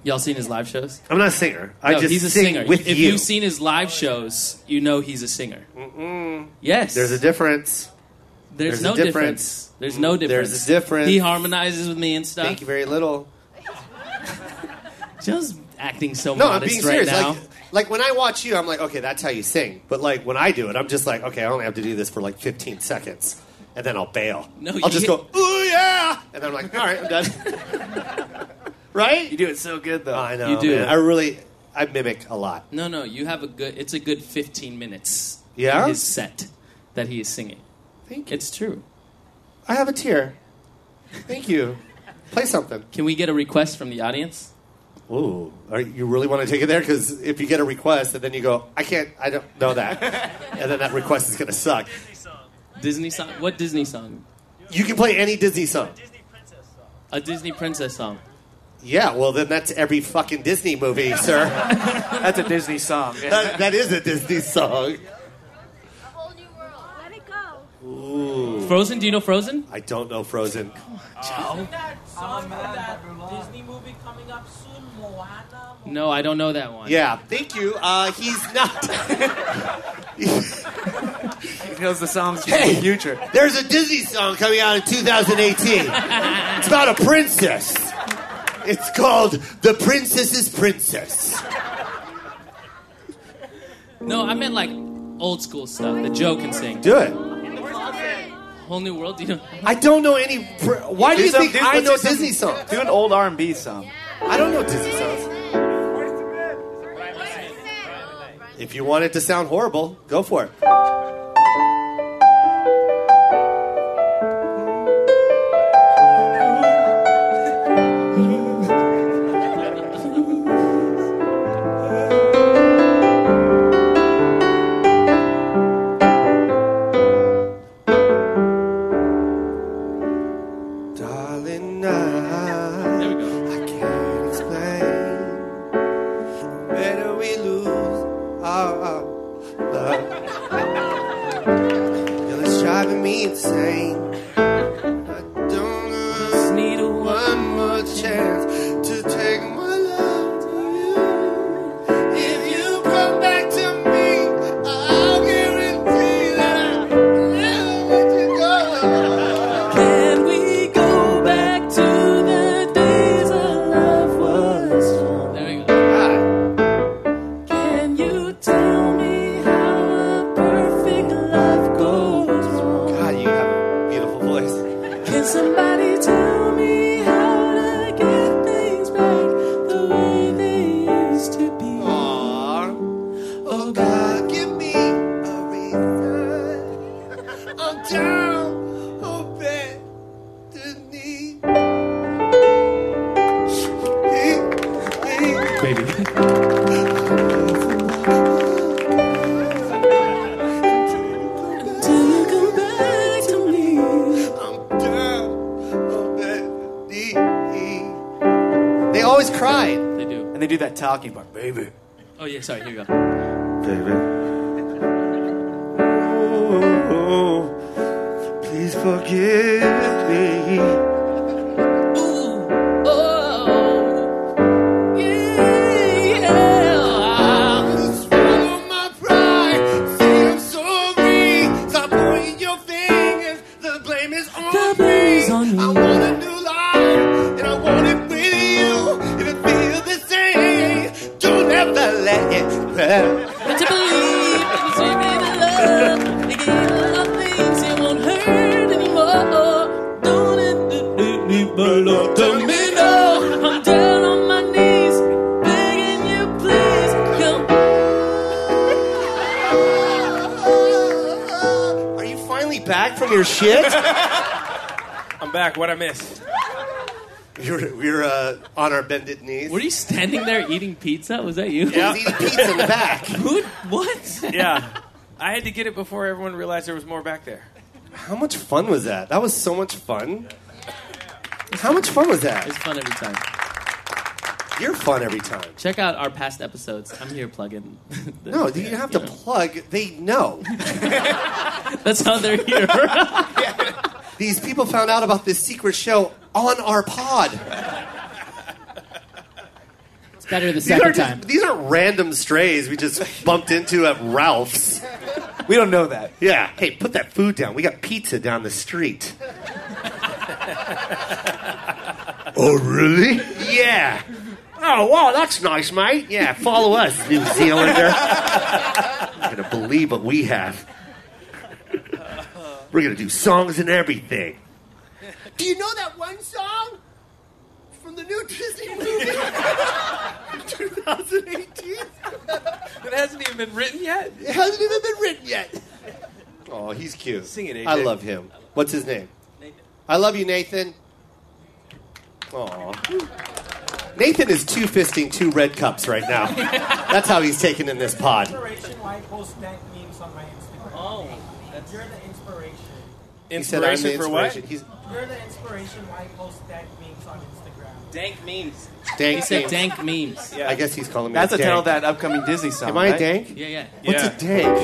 y'all seen his live shows?
I'm not a singer. I
no,
just
he's a
sing
singer.
with
if
you.
have seen his live shows, you know he's a singer. Mm-mm. Yes.
There's a difference.
There's
there's
no
a
difference.
difference.
There's no difference.
a difference.
He harmonizes with me and stuff.
Thank you very little.
Just acting so
No, I'm
modest
being
right
serious.
now.
Like, like when I watch you, I'm like, okay, that's how you sing. But like when I do it, I'm just like, okay, I only have to do this for like 15 seconds, and then I'll bail.
No,
I'll
you
just
get-
go, ooh yeah, and then I'm like, all right, I'm done. right?
You do it so good, though.
I know.
You do.
man. I really, I mimic a lot.
no, no, you have a good. It's a good 15 minutes.
Yeah?
in His set that he is singing.
Thank you.
It's true.
I have a tear. Thank you. Play something.
Can we get a request from the audience?
Ooh, are, you really want to take it there? Because if you get a request and then you go, I can't, I don't know that, and then that request is gonna suck.
Disney song. What Disney song?
You can play any Disney song.
A Disney princess song.
Yeah, well then that's every fucking Disney movie, sir.
That's a Disney song. Yeah.
that, that is a Disney song.
A whole new world. Let it go.
Frozen. Do you know Frozen?
I don't know Frozen.
Disney movie coming up soon, Moana.
No, I don't know that one.
Yeah, thank you. Uh, he's not.
He knows the songs from
Hey.
the future.
There's a Disney song coming out in 2018. It's about a princess. It's called The Princess's Princess.
No, I meant like old school stuff that Joe can sing.
Do it.
Whole New World. Do you know?
I don't know any. Pr- Why do, you
some-
think
do-
I
let's
know
do some-
Disney songs?
Do an old R&B song.
I don't know Disney songs. If you want it to sound horrible, go for it. Darling, I
There we go.
I can't explain. Better we lose our love. Girl, it's driving me insane. I don't know.
Need a one.
One more chance to take my love to you. If you come back to me, I'll guarantee that I'll never let you go.
Can we go back to the days of love was fun? There we go. Can you tell me how a perfect love goes wrong?
God, you have a beautiful voice.
Can somebody tell me how to get things back the way they used to be?
Oh God, give me a reason. I'm down on bed to knee.
Baby.
Till you come back to me.
I'm down on bed knee. They always cried.
They do.
And they do that talking part. Baby.
Oh yeah, sorry. Here you go.
Please forgive me.
Oh, yeah, yeah.
Swallow my pride. Say I'm sorry. Stop pointing your fingers. The blame is on
The
me.
blame's on me.
I want a new life, and I want it with you. If it feels the same, don't ever let it go.
But you believe in dreaming of love. Again, love things it won't hurt anymore. Don't let the dignity belong to me. No, I'm down on my knees, begging you, please come.
Are you finally back from your shit?
I'm back. What I miss?
You're, we're uh, on our bended knees.
Were you standing there eating pizza? Was that you?
He's eating pizza in the back.
Who? What?
Yeah. I had to get it before everyone realized there was more back there.
How much fun was that? That was so much fun. How much fun was
It's
that?
fun every time.
You're fun every time.
Check out our past episodes. I'm here plugging. the-
No, you have to
know.
plug. They know.
That's how they're here.
These people found out about this secret show on our pod.
it's better the
These
second
aren't,
time.
just, these aren't random strays we just bumped into at Ralph's.
We don't know that.
Yeah. Hey, put that food down. We got pizza down the street. oh, really? Yeah. Oh, wow, that's nice, mate. Yeah, follow us, New Zealander. You're going to believe what we have. We're going to do songs and everything. Do you know that one song from the new Disney movie? 2018?
It hasn't even been written yet.
It hasn't even been written yet. Oh, he's cute.
Sing it, AJ.
I love him. What's his name? I love you, Nathan. Aw. Nathan is two fisting two red cups right now. That's how he's taken in this pod.
Inspiration why I post dank memes on my Instagram. Oh, you're the inspiration.
He said, I'm the
Inspiration for what?
inspiration. He's
You're the inspiration why I post dank memes on Instagram.
Dank memes.
dank.
He said
dank.
dank memes.
I guess he's calling me.
That's a
dank.
title of that upcoming Disney song.
Am I a
right?
dank?
Yeah, yeah.
What's
Yeah.
a dank?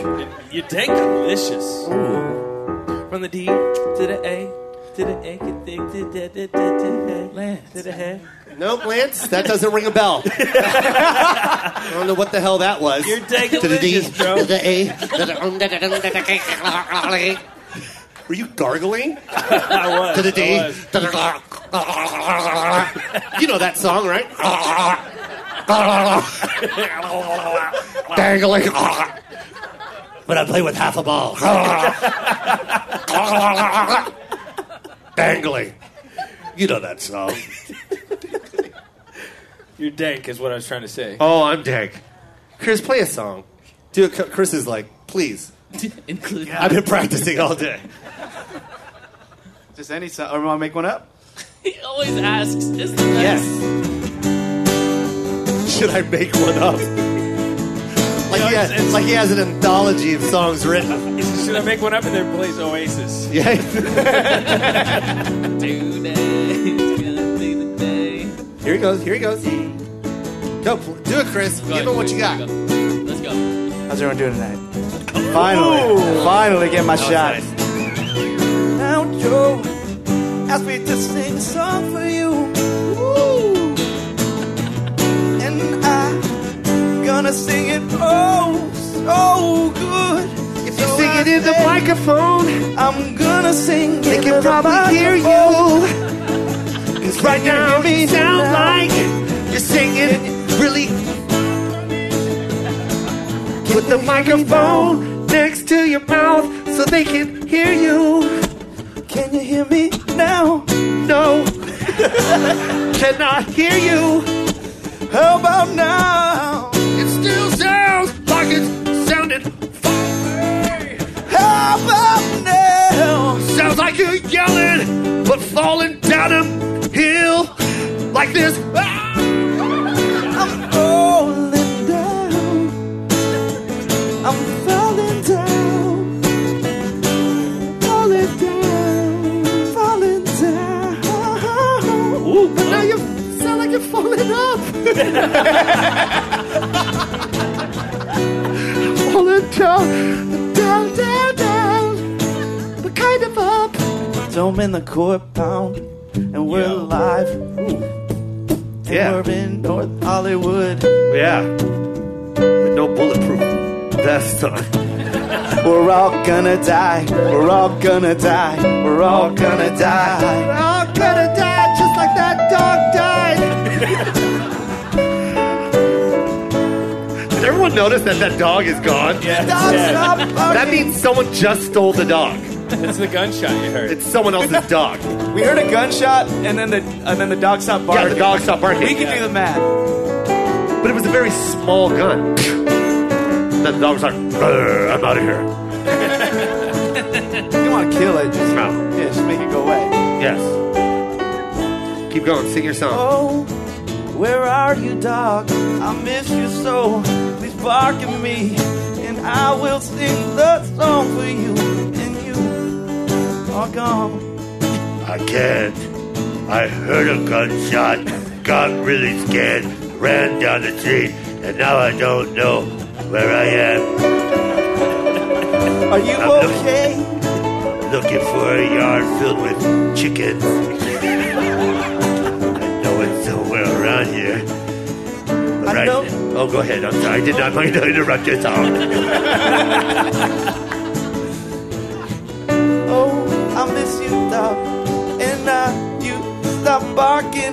You're dank delicious.
From the D to the A to the A to the to the to the Lance.
Nope, Lance. That doesn't ring a bell. I don't know what the hell that was.
You're dank
To the D,
delicious, bro.
to the A, to the- Were you gargling?
I was.
to the
I
D.
was.
to the- You know that song, right? Dangling. But I play with half a ball. Dangling. You know that song.
You're dank is what I was trying to say.
Oh, I'm dank. Chris, play a song. Do a, Chris is like, please.
Include
I've been practicing all day.
Just any song. Or want to make one up?
He always asks, is the best.
Should I make one up? Like, he has, like he has an anthology of songs written.
Should I make one up and then plays Oasis?
Yeah.
Today's gonna be the day.
Here he goes. Here he goes. Go, pl- do it, Chris.
Go
Give
ahead,
him what
Chris,
you got.
Let's go.
How's everyone doing tonight? Finally, finally get my shot. Now Joe asked me to sing a song for you. Woo. and I'm gonna sing it oh so good. If you
Sing it in the microphone.
I'm gonna sing
They
it
can
in the
probably hear you.
microphone.
Cause right now you sound like you're singing really with the microphone next to your mouth so they can hear you.
Can you hear me now?
No, cannot hear you.
How about now?
It still sounds like it sounded far away.
How about now?
Sounds like you're yelling, but falling down a hill like this. Ah!
I'm falling down. I'm falling down. Falling down. Falling down.
But now you sound like you're falling up. falling down, down, down, down, but kind of up.
Dome in the court pound, and we're
Yo.
alive. And
Yeah.
we're in North Hollywood.
Yeah. With no bulletproof vest on.
We're all gonna die. We're all gonna die. We're all gonna die.
We're all gonna die just like that dog died. Did everyone notice that that dog is gone?
Yeah.
Stop, stop.
That means someone just stole the dog.
It's the gunshot you heard.
It's someone else's dog.
We heard a gunshot, and then the and then the dog stopped
Yeah,
barking.
the dog stopped barking.
We can do the math.
But it was a very small gun. Then the dog was like, "Brr, I'm out of here.
You want to kill it? Just,
No.
yeah, just make it go away.
Yes. Keep going. Sing your song.
Oh, where are you, dog? I miss you so. Please bark at me, and I will sing the song for you. And you are gone.
I can't. I heard a gunshot, got really scared, ran down the street, and now I don't know where I am.
Are you
I'm looking.
okay?
Looking for a yard filled with chickens. no one's somewhere around here. But
I
right
know-
now- Oh, go ahead. I'm sorry. I did not mean to interrupt your song.
Oh, I miss you, dog. And I, you stopped barking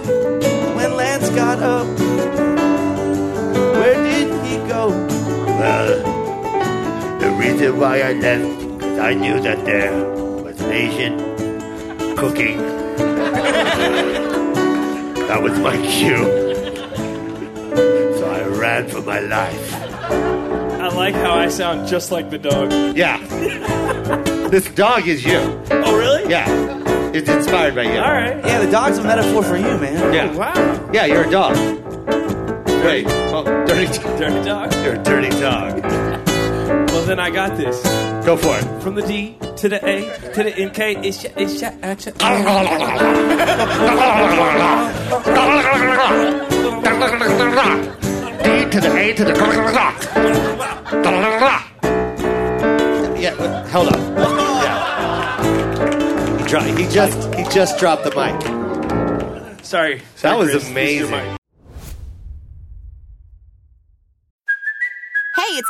when Lance got up.
well. The reason why I left, 'cause I knew that there was an Asian cooking. that was my cue. So I ran for my life.
I like how I sound just like the dog.
Yeah. this dog is you.
Oh, really?
Yeah. It's inspired by you.
All right.
Yeah, the dog's a metaphor for you, man.
Yeah.
Wow.
Yeah, you're a dog. Wait. Oh, dirty dog.
Dirty dog.
You're a dirty dog.
Well, then I got this.
Go for it.
From the D to the A to the NK, it's your, it's your action.
Oh. D to the A to the Yeah, but- hold on. Yeah. He dro- He just he just dropped the mic.
Sorry.
That was
Chris,
amazing.
Mr. Mike.
Hey, it's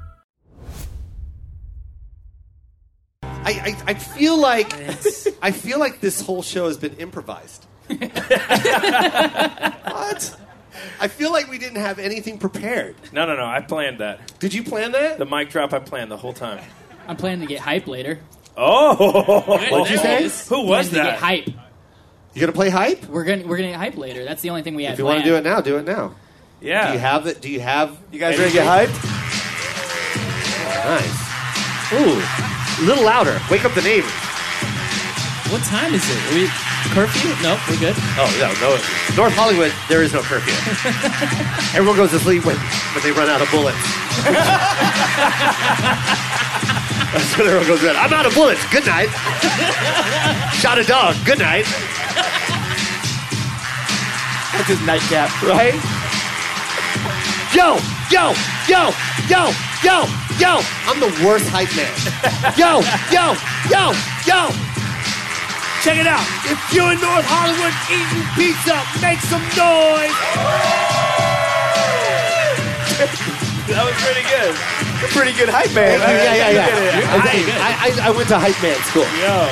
I, I, I feel like I feel like this whole show has been improvised. what? I feel like we didn't have anything prepared.
No, no, no. I planned that.
Did you plan that?
The mic drop, I planned the whole time.
I'm planning to get hype later.
Oh.
What'd
you say?
Who was
To get
that?
hype.
You gonna play hype?
We're gonna we're gonna get hype later. That's the only thing we had.
If you want to do it now, do it now.
Yeah.
Do you have it? Do you have?
You guys ready to get hyped?
Nice. Ooh, a little louder. Wake up the neighbors.
What time is it? Are we curfew? Nope, we're good.
Oh no, no. North Hollywood, there is no curfew. Everyone goes to sleep when, when they run out of bullets. That's when everyone goes red. I'm out of bullets. Good night. Shot a dog. Good night.
That's his nightcap.
Right? Yo, yo, yo, yo, yo, yo. I'm the worst hype man. Yo, yo, yo, yo. Check it out. If you're in North Hollywood eating pizza, make some noise.
That was pretty good.
Pretty good hype, man.
Yeah, yeah, yeah.
You're pretty good.
I, I, I went to hype man school.
Yo.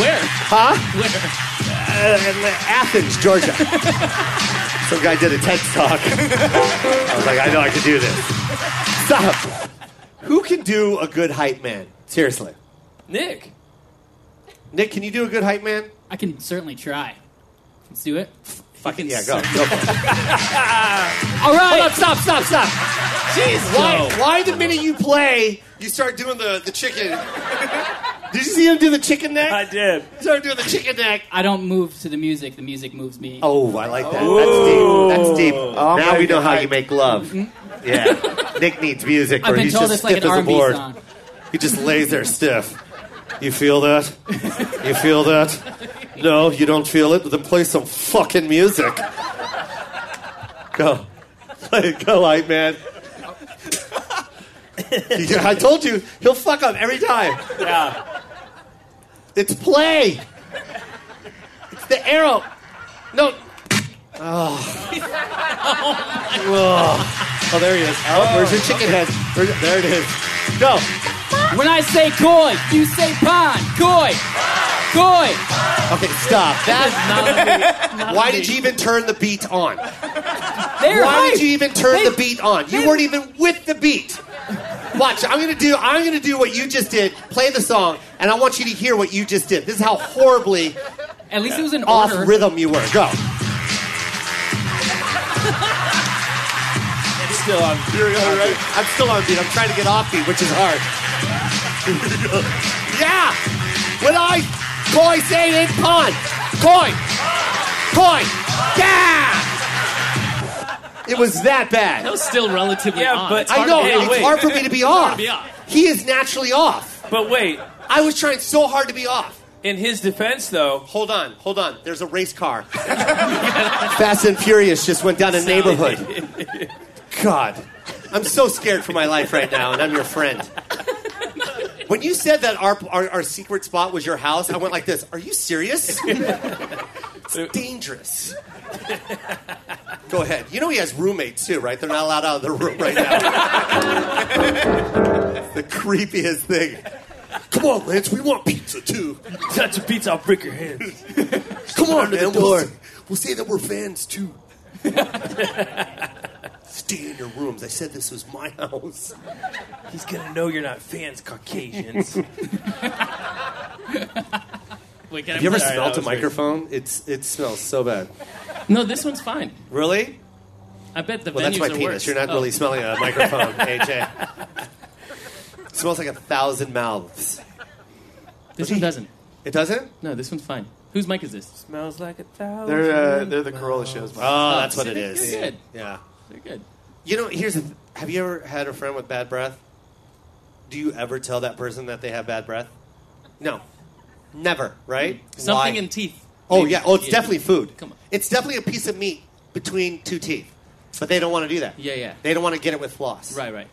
Where?
Huh?
Where?
Athens, Georgia. Some guy did a TED talk. I was like, I know I can do this. Stop. Who can do a good hype man? Seriously.
Nick.
Nick, can you do a good hype man?
I can certainly try. Let's do it. Fucking
Yeah, go.
cer-
go for it. All right. Hold on, stop, stop, stop. Jeez, why,
No.
why the minute you play, you start doing the, the chicken? Did you see him do the chicken neck?
I did.
He started doing the chicken neck.
I don't move to the music. The music moves me.
Oh, I like that. That's deep. That's deep.
I'm
now
gonna
we know
get
how
hyped.
you make love. Yeah. Nick needs music
I've
where
been
he's
told
just
it's like
stiff
an
as a
R&B
board.
song.
He just lays there stiff. You feel that? You feel that? No, you don't feel it? Then play some fucking music. Go. Play, go, light man. I told you, he'll fuck up every time.
Yeah.
It's play. It's the arrow. No. Oh. oh, oh, there he is. Oh, where's your chicken head? Where's, there it is. No.
When I say koi, you say pond. Koi. Koi.
Okay, stop. That.
Not on me. Not
Why
on
did
me.
you even turn the beat on?
They're
Why
hype.
did you even turn
They-
the beat on? You weren't even with the beat. Watch. I'm gonna do. I'm gonna do what you just did. Play the song, and I want you to hear what you just did. This is how horribly
At least it was an
off
order.
rhythm you were. Go.
It's still on. Here we go, right?
I'm still on beat. I'm trying to get off beat, which is hard. yeah. When I koi say it pun. Koi. Koi. Yeah. It was that
That
bad.
was still relatively
Yeah,
on.
but-
It's
I
hard
know.
to-
Hey,
it's
wait.
hard for me to be off.
be off.
He is naturally off.
But wait,
I was trying so hard to be off.
in his defense, though,
Hold on, hold on. There's a race car. Fast and Furious just went down a neighborhood. God, I'm so scared for my life right now, and I'm your friend. When you said that our, our our secret spot was your house, I went like this. Are you serious? it's dangerous. Go ahead. You know he has roommates too, right? They're not allowed out of their room right now. the creepiest thing. Come on, Lance. We want pizza too.
Touch a pizza, I'll break your hands.
Come on, man. We'll,
door.
say, we'll say that we're fans too. Stay in your rooms. I said this was my house.
He's gonna know you're not fans, Caucasians.
Wait, can
Have
I
you ever
Sorry,
smelt a
that was weird.
microphone? It's it smells so bad.
No, this one's fine.
Really?
I bet the
well, that's
venues
my
are
penis.
worse.
You're not
Oh.
really smelling a microphone, AJ. It smells like a thousand mouths.
This one doesn't.
It doesn't?
No, this one's fine. Whose mic is this? Smells like a thousand.
They're uh, they're the Corolla shows.
Oh, that's what
see,
it
they're
is.
good.
Yeah.
They're good.
You know, here's the th- have you ever had a friend with bad breath? Do you ever tell that person that they have bad breath? No. Never, right?
Something
Why?
in teeth.
Oh
Maybe.
yeah. Oh, it's
Yeah.
definitely food. Come on. It's definitely a piece of meat between two teeth, but they don't want to do that.
Yeah, yeah.
They don't want to get it with floss.
Right, right.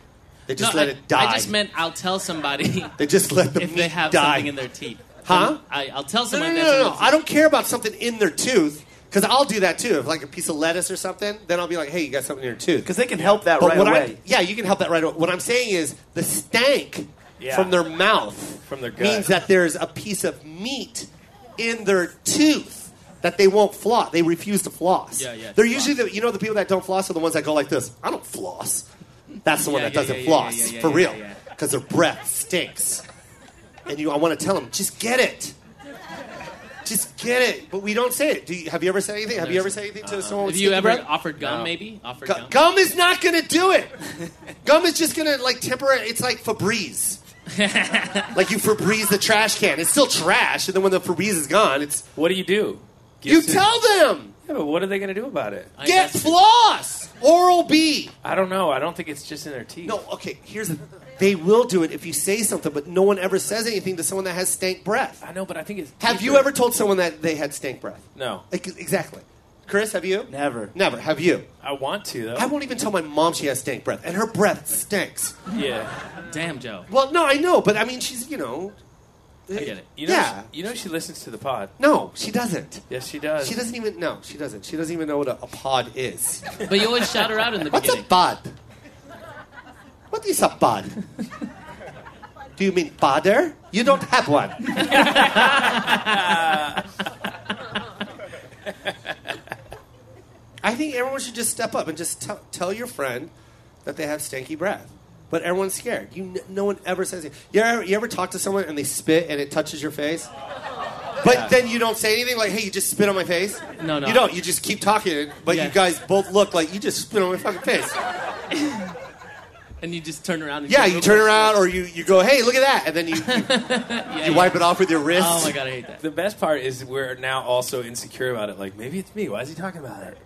They just
No,
let
I,
it die.
I just meant I'll tell somebody.
They just let the
if they have
die.
something in their teeth.
Huh?
I, I'll tell
no, no,
somebody.
no,
that's
no,
in
no. I don't care about something in their tooth because I'll do that too. If like a piece of lettuce or something, then I'll be like, "Hey, you got something in your tooth." Because
they can help that right
what I-
away.
yeah, you can help that right away. What I'm saying is the stank
Yeah.
from their mouth
From their gut.
means that there's a piece of meat in their tooth that they won't floss. They refuse to floss.
Yeah, yeah,
They're
floss.
usually the you know the people that don't floss are the ones that go like this. I don't floss. That's the one
Yeah,
that
yeah,
doesn't
yeah, yeah,
floss
yeah, yeah,
for
yeah,
real
yeah.
because their breath stinks. And you, I want to tell them, just get it. Just get it. But we don't say it. Do you, have you ever said anything? Have you ever said anything to someone? with
Have Uh, you
stinky
ever
breath?
offered gum?
No.
Maybe offered
Gu-
gum.
Gum is not going to do it. gum is just going to like temporary. It's like Febreze. like you Febreze the trash can. It's still trash, and then when the Febreze is gone, it's.
What do you do?
You tell them.
Yeah, but what are they gonna do about it?
Get floss, Oral B.
I don't know. I don't think it's just in their teeth.
No, okay. Here's the. They will do it if you say something, but no one ever says anything to someone that has stank breath.
I know, but I think it's.
Have you ever told someone that they had stank breath?
No.
Like, exactly. Chris, have you?
Never.
Never. Have you?
I want to though.
I won't even tell my mom she has stank breath, and her breath stinks.
Yeah.
Damn, Joe.
Well, no, I know, but I mean, she's you know.
I get it. You know,
Yeah.
she, you know she listens to the pod.
No, she doesn't.
Yes, she does.
She doesn't even no. She doesn't. She doesn't even know what a, a pod is.
But you always shout her out in the
What's a
beginning.
pod? What is a pod? Do you mean father? You don't have one. I think everyone should just step up and just tell tell your friend that they have stanky breath. But everyone's scared. You, n- no one ever says it. You ever, you ever talk to someone and they spit and it touches your face? But then you don't say anything like, hey, you just spit on my face?
No, no.
You don't. You just keep talking, but
Yeah.
you guys both look like you just spit on my fucking face.
And you just turn around. And
Yeah,
go-
you turn around or you, you go, hey, look at that. And then you, you, you wipe it off with your wrist.
Oh my god, I hate that.
The best part is we're now also insecure about it. Like maybe it's me. Why is he talking about it?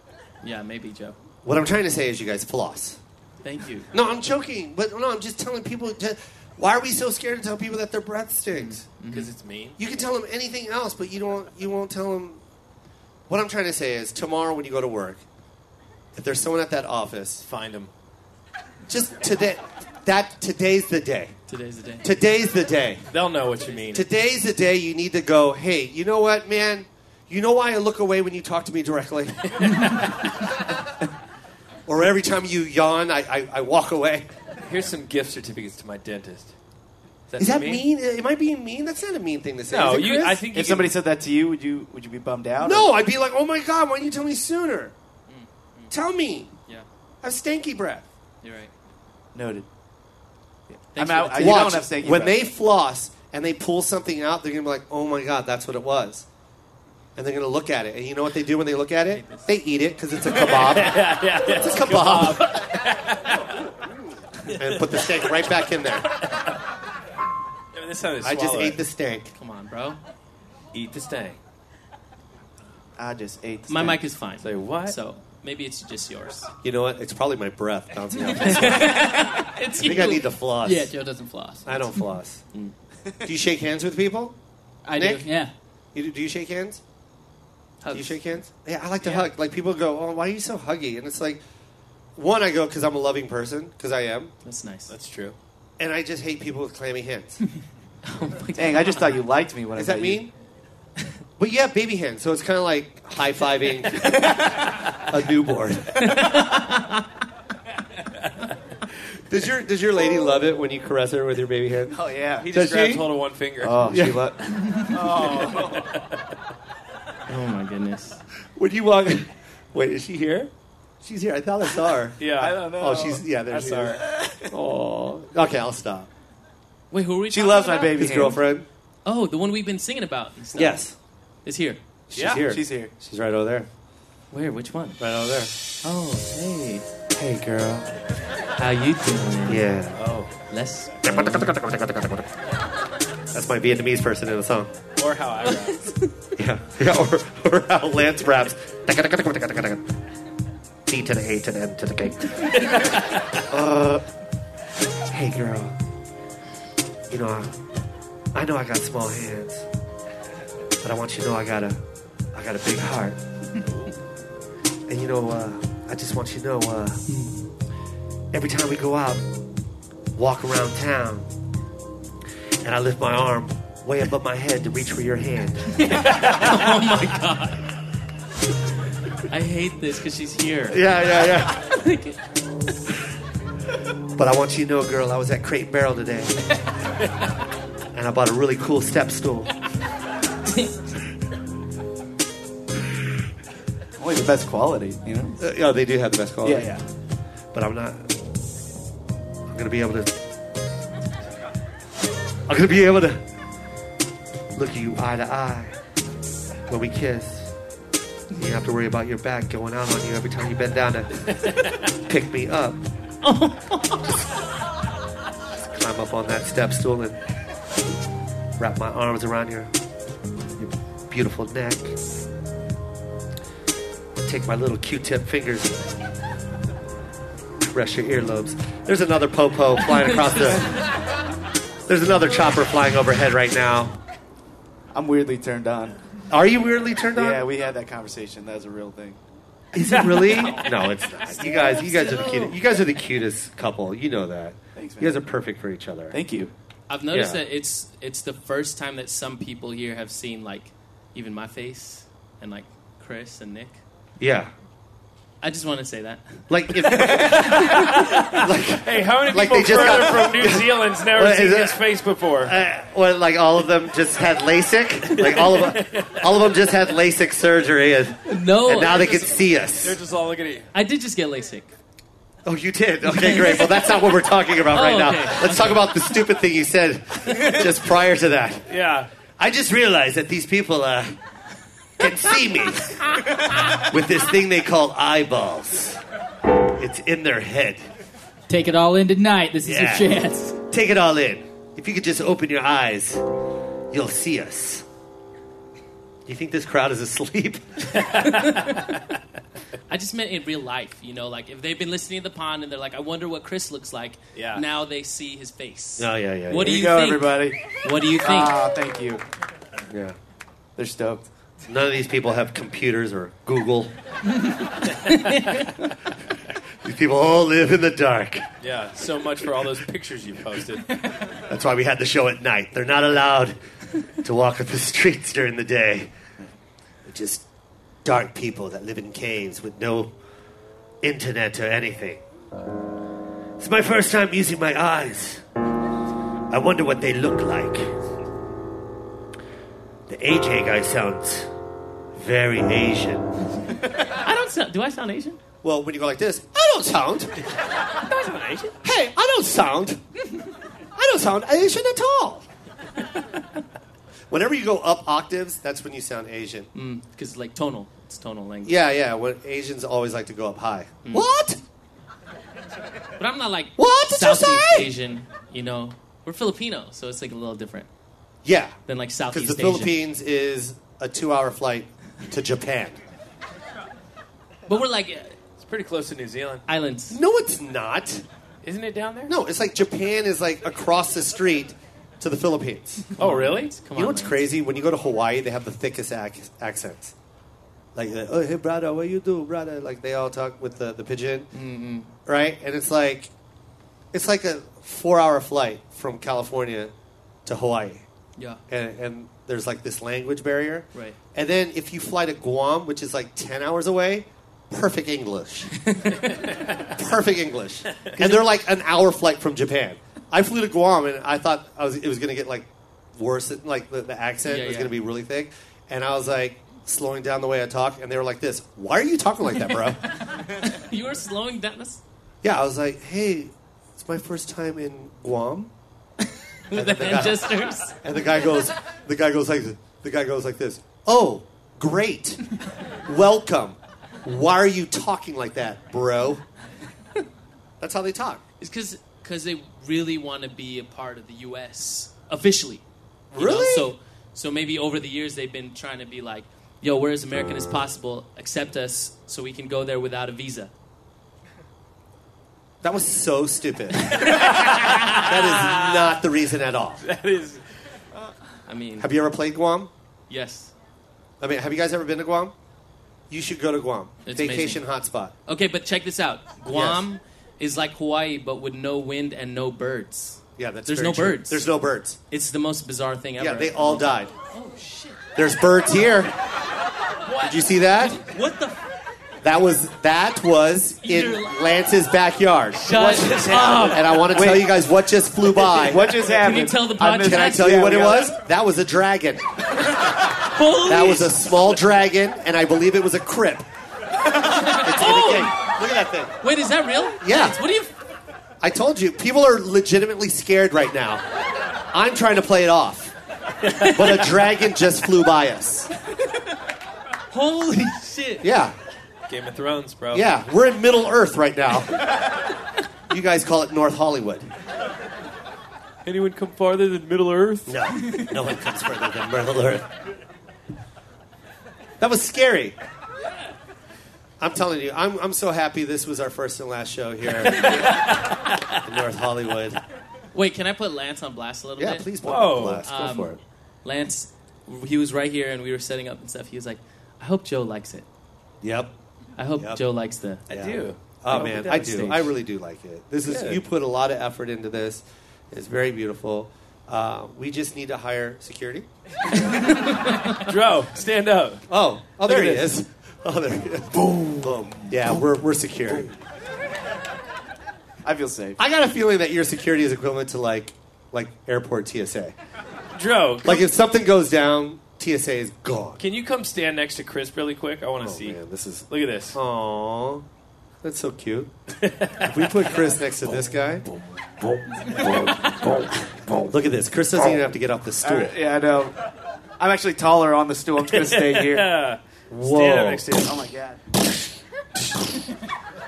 Yeah, maybe Joe.
What I'm trying to say is you guys floss.
Thank you.
No, I'm joking. But no, I'm just telling people, to, why are we so scared to tell people that their breath stinks?
Mm-hmm.
Because it's mean.
You can tell them anything else, but you don't. You won't tell them. What I'm trying to say is, tomorrow when you go to work, if there's someone at that office,
find them.
Just today. That today's the day.
Today's the day.
Today's the day.
They'll know what you mean.
Today's the day you need to go. Hey, you know what, man? You know why I look away when you talk to me directly? or every time you yawn, I, I, I walk away.
Here's some gift certificates to my dentist.
Is that mean? Am I being mean? That's not a mean thing to say.
No,
is it,
you-
Chris?
I think
If somebody said that to you, would you would you be bummed out?
No, I'd be like, oh my god, why didn't you tell me sooner?
Mm,
Tell me.
Yeah,
I have stanky breath.
you're right.
noted. I
Thanks
mean,
for
I,
the
Uh, you
tip.
don't have stanky
when
breath.
they floss and they pull something out, they're gonna be like, "Oh my god, that's what it was," and they're gonna look at it. And you know what they do when they look at it? They eat it because it's a kebab. It's a kebab. and put the steak right back in there.
I mean, this time
I just ate the steak.
Come on, bro.
Eat the stank.
I just ate. the
My
stank.
mic is fine.
Say what?
So maybe it's just yours.
You know what? It's probably my breath bouncing off. I
It's
think I need Uh, to floss.
Yeah, Joe doesn't floss.
I don't floss.
Mm.
Do you shake hands with people?
I
Nick?
do. Yeah.
You do, do you shake hands? Do you
Hugs.
shake hands? Yeah, I like to hug. Like people go, "Oh, why are you so huggy?" And it's like, one, I go because I'm a loving person because I am,
That's nice.
That's true.
and I just hate people with clammy hands.
Dang, I just thought you liked me when
Does
I
that
met you.
mean? But yeah, baby hand. So it's kind of like high fiving a newborn. does your Does your lady love it when you caress her with your baby hand?
Oh yeah.
He just
Does
grabs
she?
hold of one finger.
Oh, she
lo-
Oh my goodness.
Would you walk? Wait, is she here? She's here. I thought I saw her.
Yeah. I don't know.
Oh, she's yeah. There
I
she
saw
is. Oh, okay. I'll stop.
Wait, who are we?
She
talking
loves my
about?
baby His hand. girlfriend.
Oh, the one we've been singing about. and stuff.
Yes,
is here.
she's here. She's right over there.
Where? Which one?
Right over there.
Oh, hey.
Hey, girl.
How you doing?
Yeah.
Oh, let's.
That's my Vietnamese person in the song.
Or how I rap.
Yeah. yeah or, or how Lance raps. T to the A to the M to the K. uh, hey, girl. You know, I, I know I got small hands, but I want you to know I got a, I got a big heart. And you know, uh, I just want you to know, uh, every time we go out, walk around town, and I lift my arm way above my head to reach for your hand.
Oh my god. I hate this because she's here.
Yeah, yeah, yeah. But I want you to know, girl, I was at Crate and Barrel today. and I bought a really cool step stool.
Only the best quality, you know.
Uh, yeah, they do have the best quality.
Yeah, yeah.
But I'm not. I'm going to be able to. I'm going to be able to look you eye to eye when we kiss. You don't have to worry about your back going out on you every time you bend down to pick me up. Just climb up on that step stool and wrap my arms around your, your beautiful neck. Take my little Q-tip fingers, caress your earlobes. There's another popo flying across the. There's another chopper flying overhead right now.
I'm weirdly turned on.
Are you weirdly turned on?
Yeah, we had that conversation. That was a real thing.
Is it really? no, it's not. You guys, you guys are the cutest. You guys are the cutest couple. You know that.
Thanks, man.
You guys are perfect for each other.
Thank you.
I've noticed
Yeah.
that it's it's the first time that some people here have seen like even my face and like Chris and Nick.
Yeah.
I just want to say that.
Like, if, like
Hey, how many
Like
people
they just
further
got-
from New Zealand's never
What is
seen
it?
his face before?
uh, what, like all of them just had LASIK. Like all of them, all of them just had LASIK surgery, and
No,
and now
I
they
just-
can see us.
They're just all looking at you.
I did just get LASIK.
Oh, you did. Okay, great. Well, that's not what we're talking about
Oh,
right now.
okay.
Let's talk about the stupid thing you said just prior to that.
Yeah.
I just realized that these people uh, can see me with this thing they call eyeballs. It's in their head.
Take it all in tonight. This is
Yeah.
your chance.
Take it all in. If you could just open your eyes, you'll see us. You think this crowd is asleep?
I just meant in real life, you know, like if they've been listening to the pond and they're like, I wonder what Chris looks like.
Yeah.
Now they see his face.
Oh, yeah, Uh, yeah.
What do
Here
you
you go,
think?
everybody.
What do you think?
Ah, thank you.
Yeah.
They're stoked.
None of these people have computers or Google. these people all live in the dark.
Yeah. So much for all those pictures you posted.
That's why we had the show at night. They're not allowed to walk up the streets during the day. They're just dark people that live in caves with no internet or anything. It's my first time using my eyes. I wonder what they look like. The AJ guy sounds very Asian.
I don't sound. Do I sound Asian?
Well, when you go like this, I don't sound. Hey, I don't sound. I don't sound Asian at all. Whenever you go up octaves, that's when you sound Asian.
Because like tonal. It's tonal language.
Yeah, yeah. When Asians always like to go up high. What?
But I'm not like
What did you
Southeast
say?
Asian. You know, we're Filipino, so it's like a little different
Yeah,
than like
because
Southeast
the
Asian.
Philippines is a two-hour flight to Japan.
But we're like uh,
It's pretty close to New Zealand.
islands.
No, it's not.
Isn't it down there?
No, it's like Japan is like across the street to the Philippines.
Oh, really?
you
Come
know
on,
what's
man.
crazy? When you go to Hawaii, they have the thickest ac- accents. Like, uh, oh, hey, brother, what you do, brother? Like, they all talk with the, the pigeon, right? And it's like, it's like a four-hour flight from California to Hawaii.
Yeah.
And, and there's like this language barrier.
Right.
And then if you fly to Guam, which is like 10 hours away, perfect English. perfect English. And they're like an hour flight from Japan. I flew to Guam and I thought I was, it was going to get like worse, like the, the accent
Yeah,
was
yeah.
going to be really thick. And I was like slowing down the way I talk, and they were like, this, why are you talking like that, bro?
you were slowing down. That's,
yeah, I was like, hey, it's my first time in Guam.
with the
then they got-
hand gestures.
And the guy goes, the guy goes like, th- the guy goes like this. Oh, great, welcome. Why are you talking like that, bro? That's how they talk.
It's because they really want to be a part of the U.S. officially. you know?
Really?
So so maybe over the years they've been trying to be like, yo, we're as American as possible. Accept us so we can go there without a visa.
That was so stupid. that is not the reason at all.
That is. I mean,
Have you ever played Guam?
yes.
I mean, have you guys ever been to Guam? You should go to Guam.
It's
Vacation hotspot.
Okay, but check this out. Guam is like Hawaii, but with no wind and no birds.
Yeah, that's
there's
very
no
true.
birds.
There's no birds.
It's the most bizarre thing ever.
Yeah, they all died.
Oh,
There's birds here. Did you see that?
What the?
That was that was in Lance's backyard.
Shut up.
And I want to tell you guys what just flew by.
What just Can you happened? tell the
I missed-
podcast?
Can I tell you
Yeah,
what
we
it
got
was? That was a dragon. that was a small dragon, and I believe it was a crip.
oh!
Look at that thing.
Wait, is that real?
Yeah.
What do you?
I told you, people are legitimately scared right now. I'm trying to play it off, but a dragon just flew by us.
Holy shit!
Yeah.
Game of Thrones, bro.
Yeah, we're in Middle Earth right now. You guys call it North Hollywood.
Anyone come farther than Middle Earth?
No, no one comes further than Middle Earth. That was scary. I'm telling you, I'm, I'm so happy this was our first and last show here in North Hollywood.
Wait, can I put Lance on blast a little
Yeah,
bit?
please put him on Whoa. Um, blast. Go for it.
Lance, he was right here, and we were setting up and stuff. He was like, "I hope Joe likes it."
Yep.
I hope
Yep.
Joe likes the.
Yeah. Oh man, I do. I really do like it. This is
Good.
you put a lot of effort into this. It's very beautiful. Uh, we just need to hire security.
Dro, stand up.
Oh, oh,
Look
there
at
he
this.
is. Oh, there he is. Boom, boom. Yeah, we're we're secure.
I feel safe.
I got a feeling that your security is equivalent to like like airport TSA.
Dro,
Like if something goes down, TSA is gone. Oh,
can you come stand next to Chris really quick? I want to see.
Man, this is
Look at this.
Aww. That's so cute. if we put Chris next to this guy. Look at this. Chris doesn't even have to get off the stool.
I- yeah, I know. I'm actually taller on the stool. I'm just gonna stay here.
Whoa. Stand up next to him.
Oh my god.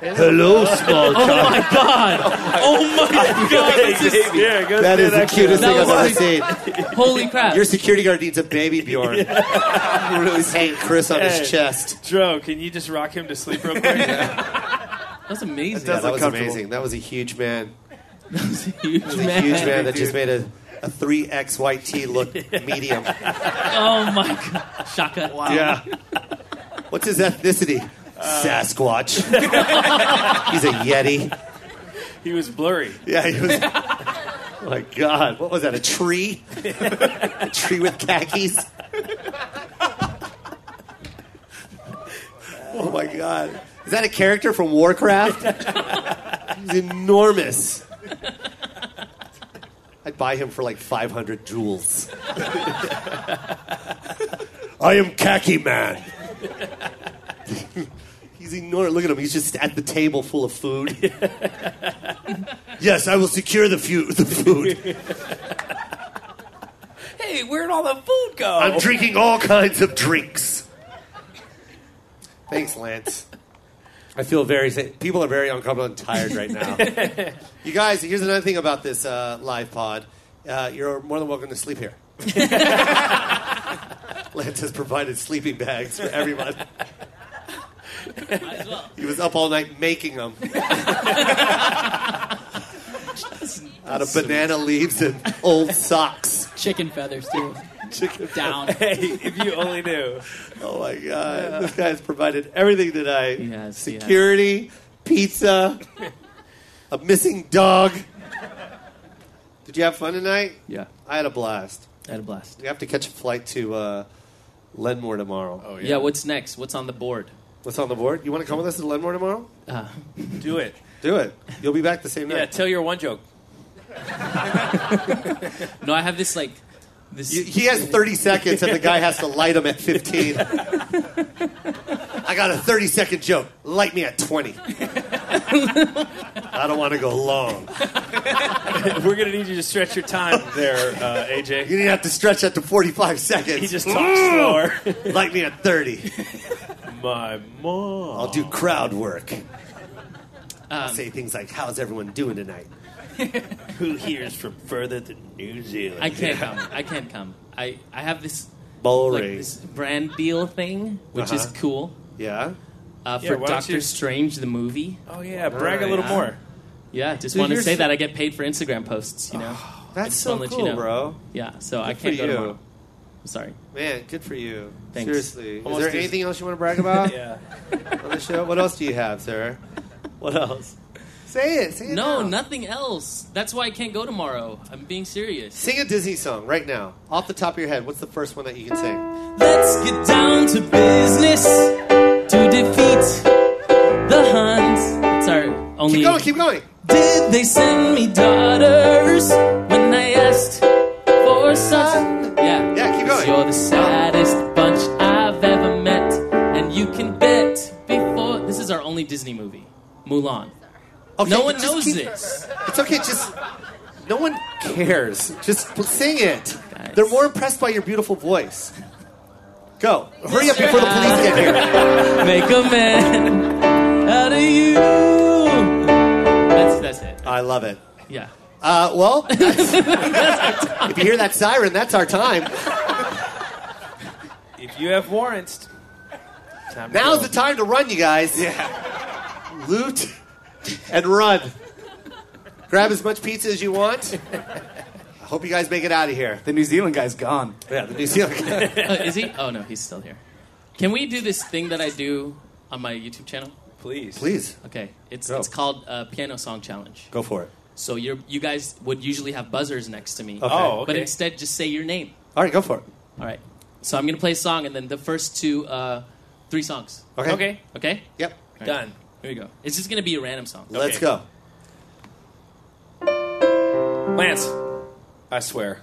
Hello, small
Oh
town.
my
God. Oh my God. This is-
that is the cutest thing
That
I've ever
was-
seen.
Holy crap.
Your security guard needs a baby Bjorn. really hang Chris on his chest.
Dro, can you just rock him to sleep real quick?
That's amazing.
Yeah, that was amazing. That was a huge man.
Huge
That was a huge man that just made a, a 3X white tee look medium.
Oh my god, Shaka! Wow.
Yeah. Uh, What's his ethnicity? Sasquatch. He's a Yeti.
He was blurry.
Yeah, he was. Oh my God. What was that? A tree? a tree with khakis? oh my God. Is that a character from Warcraft? He's enormous. I'd buy him for like 500 jewels. I am Khaki Man. He's ignoring. Look at him. He's just at the table full of food. yes, I will secure the, fu- the food.
Hey, where'd all the food go?
I'm drinking all kinds of drinks. Thanks, Lance. I feel very safe. People are very uncomfortable and tired right now. you guys, here's another thing about this uh, live pod. Uh, you're more than welcome to sleep here. Lance has provided sleeping bags for everyone. He was up all night making them out of banana leaves and old socks.
Chicken feathers too.
Chicken
down.
Hey, if you only knew.
Oh my god, this guy's provided everything tonight.
Yes, he has.
Security, pizza, a missing dog. Did you have fun tonight?
Yeah.
I had a blast.
I had a blast.
We have to catch a flight to uh, Lenmore tomorrow. Oh
Yeah, what's next? What's on the board?
What's on the board? You want to come with us to Lenmore tomorrow?
Uh,
Do it.
Do it. You'll be back the same night.
Yeah, tell your one joke.
no, I have this like this.
He has 30 seconds, and the guy has to light him at 15. I got a 30 second joke. Light me at 20. I don't want to go long.
We're gonna need you to stretch your time there, uh, AJ.
You didn't have to stretch that to 45 seconds.
He just talks slower.
Light me at 30.
My mom.
I'll do crowd work. I'll
Um,
say things like, How's everyone doing tonight?
Who hears from further than New Zealand?
I can't come. I can't come. I I have this
Boring.
like this brand deal thing, which is
Uh-huh.
cool.
Yeah?
Uh,
Yeah,
for
why don't
Doctor
you-
Strange the movie.
Oh yeah, brag a little
yeah.
more.
Yeah, just
Dude,
want to
you're
say
so-
that I get paid for Instagram posts. You know,
That's
I just
so
wanna let
cool,
you know.
bro.
Yeah, so I
Good for
can't go
you.
tomorrow. I'm sorry.
Man, good for you.
Thanks.
Seriously.
Almost
Is there
as-
anything else you want to brag about
Yeah.
on the show? What else do you have, sir? What else? Say it. Say it.
No,
now.
nothing else. That's why I can't go tomorrow. I'm being serious.
Sing a Disney song right now, off the top of your head. What's the first one that you can sing?
Let's get down to business to defeat the Huns. That's our only.
Keep going. Keep going.
Did they send me daughters when I asked for sons? Yeah.
Yeah, keep
'Cause
going.
You're the saddest bunch I've ever met, and you can bet before this is our only Disney movie, Mulan.
Okay,
no one
just
knows
keep-
this.
It's okay. Just no one cares. Just sing it.
Guys.
They're more impressed by your beautiful voice. Go. Hurry up before the police get here.
Make a man out of you. That's that's it.
I love it.
Yeah.
Uh, well, that's, if you hear that siren, that's our time.
If you have warrants, time to
Now's
go.
the time to run, you guys. Yeah. Loot and run. Grab as much pizza as you want. I hope you guys make it out of here.
The New Zealand guy's gone.
Yeah, the New Zealand.
Oh, is he? Oh no, he's still here. Can we do this thing that I do on my YouTube channel?
please.
Please
Okay. It's
Go.
it's called uh, Piano Song Challenge.
go for it.
So you are you guys would usually have buzzers next to me.
Okay.
Oh, okay.
But instead, just say your name.
All right, go for it.
All right. So I'm gonna play a song, and then the first two, uh, three songs.
Okay.
okay.
Okay.
Yep.
All right.
Done.
Here we go. It's just gonna be a random song.
Let's go.
Lance, I swear,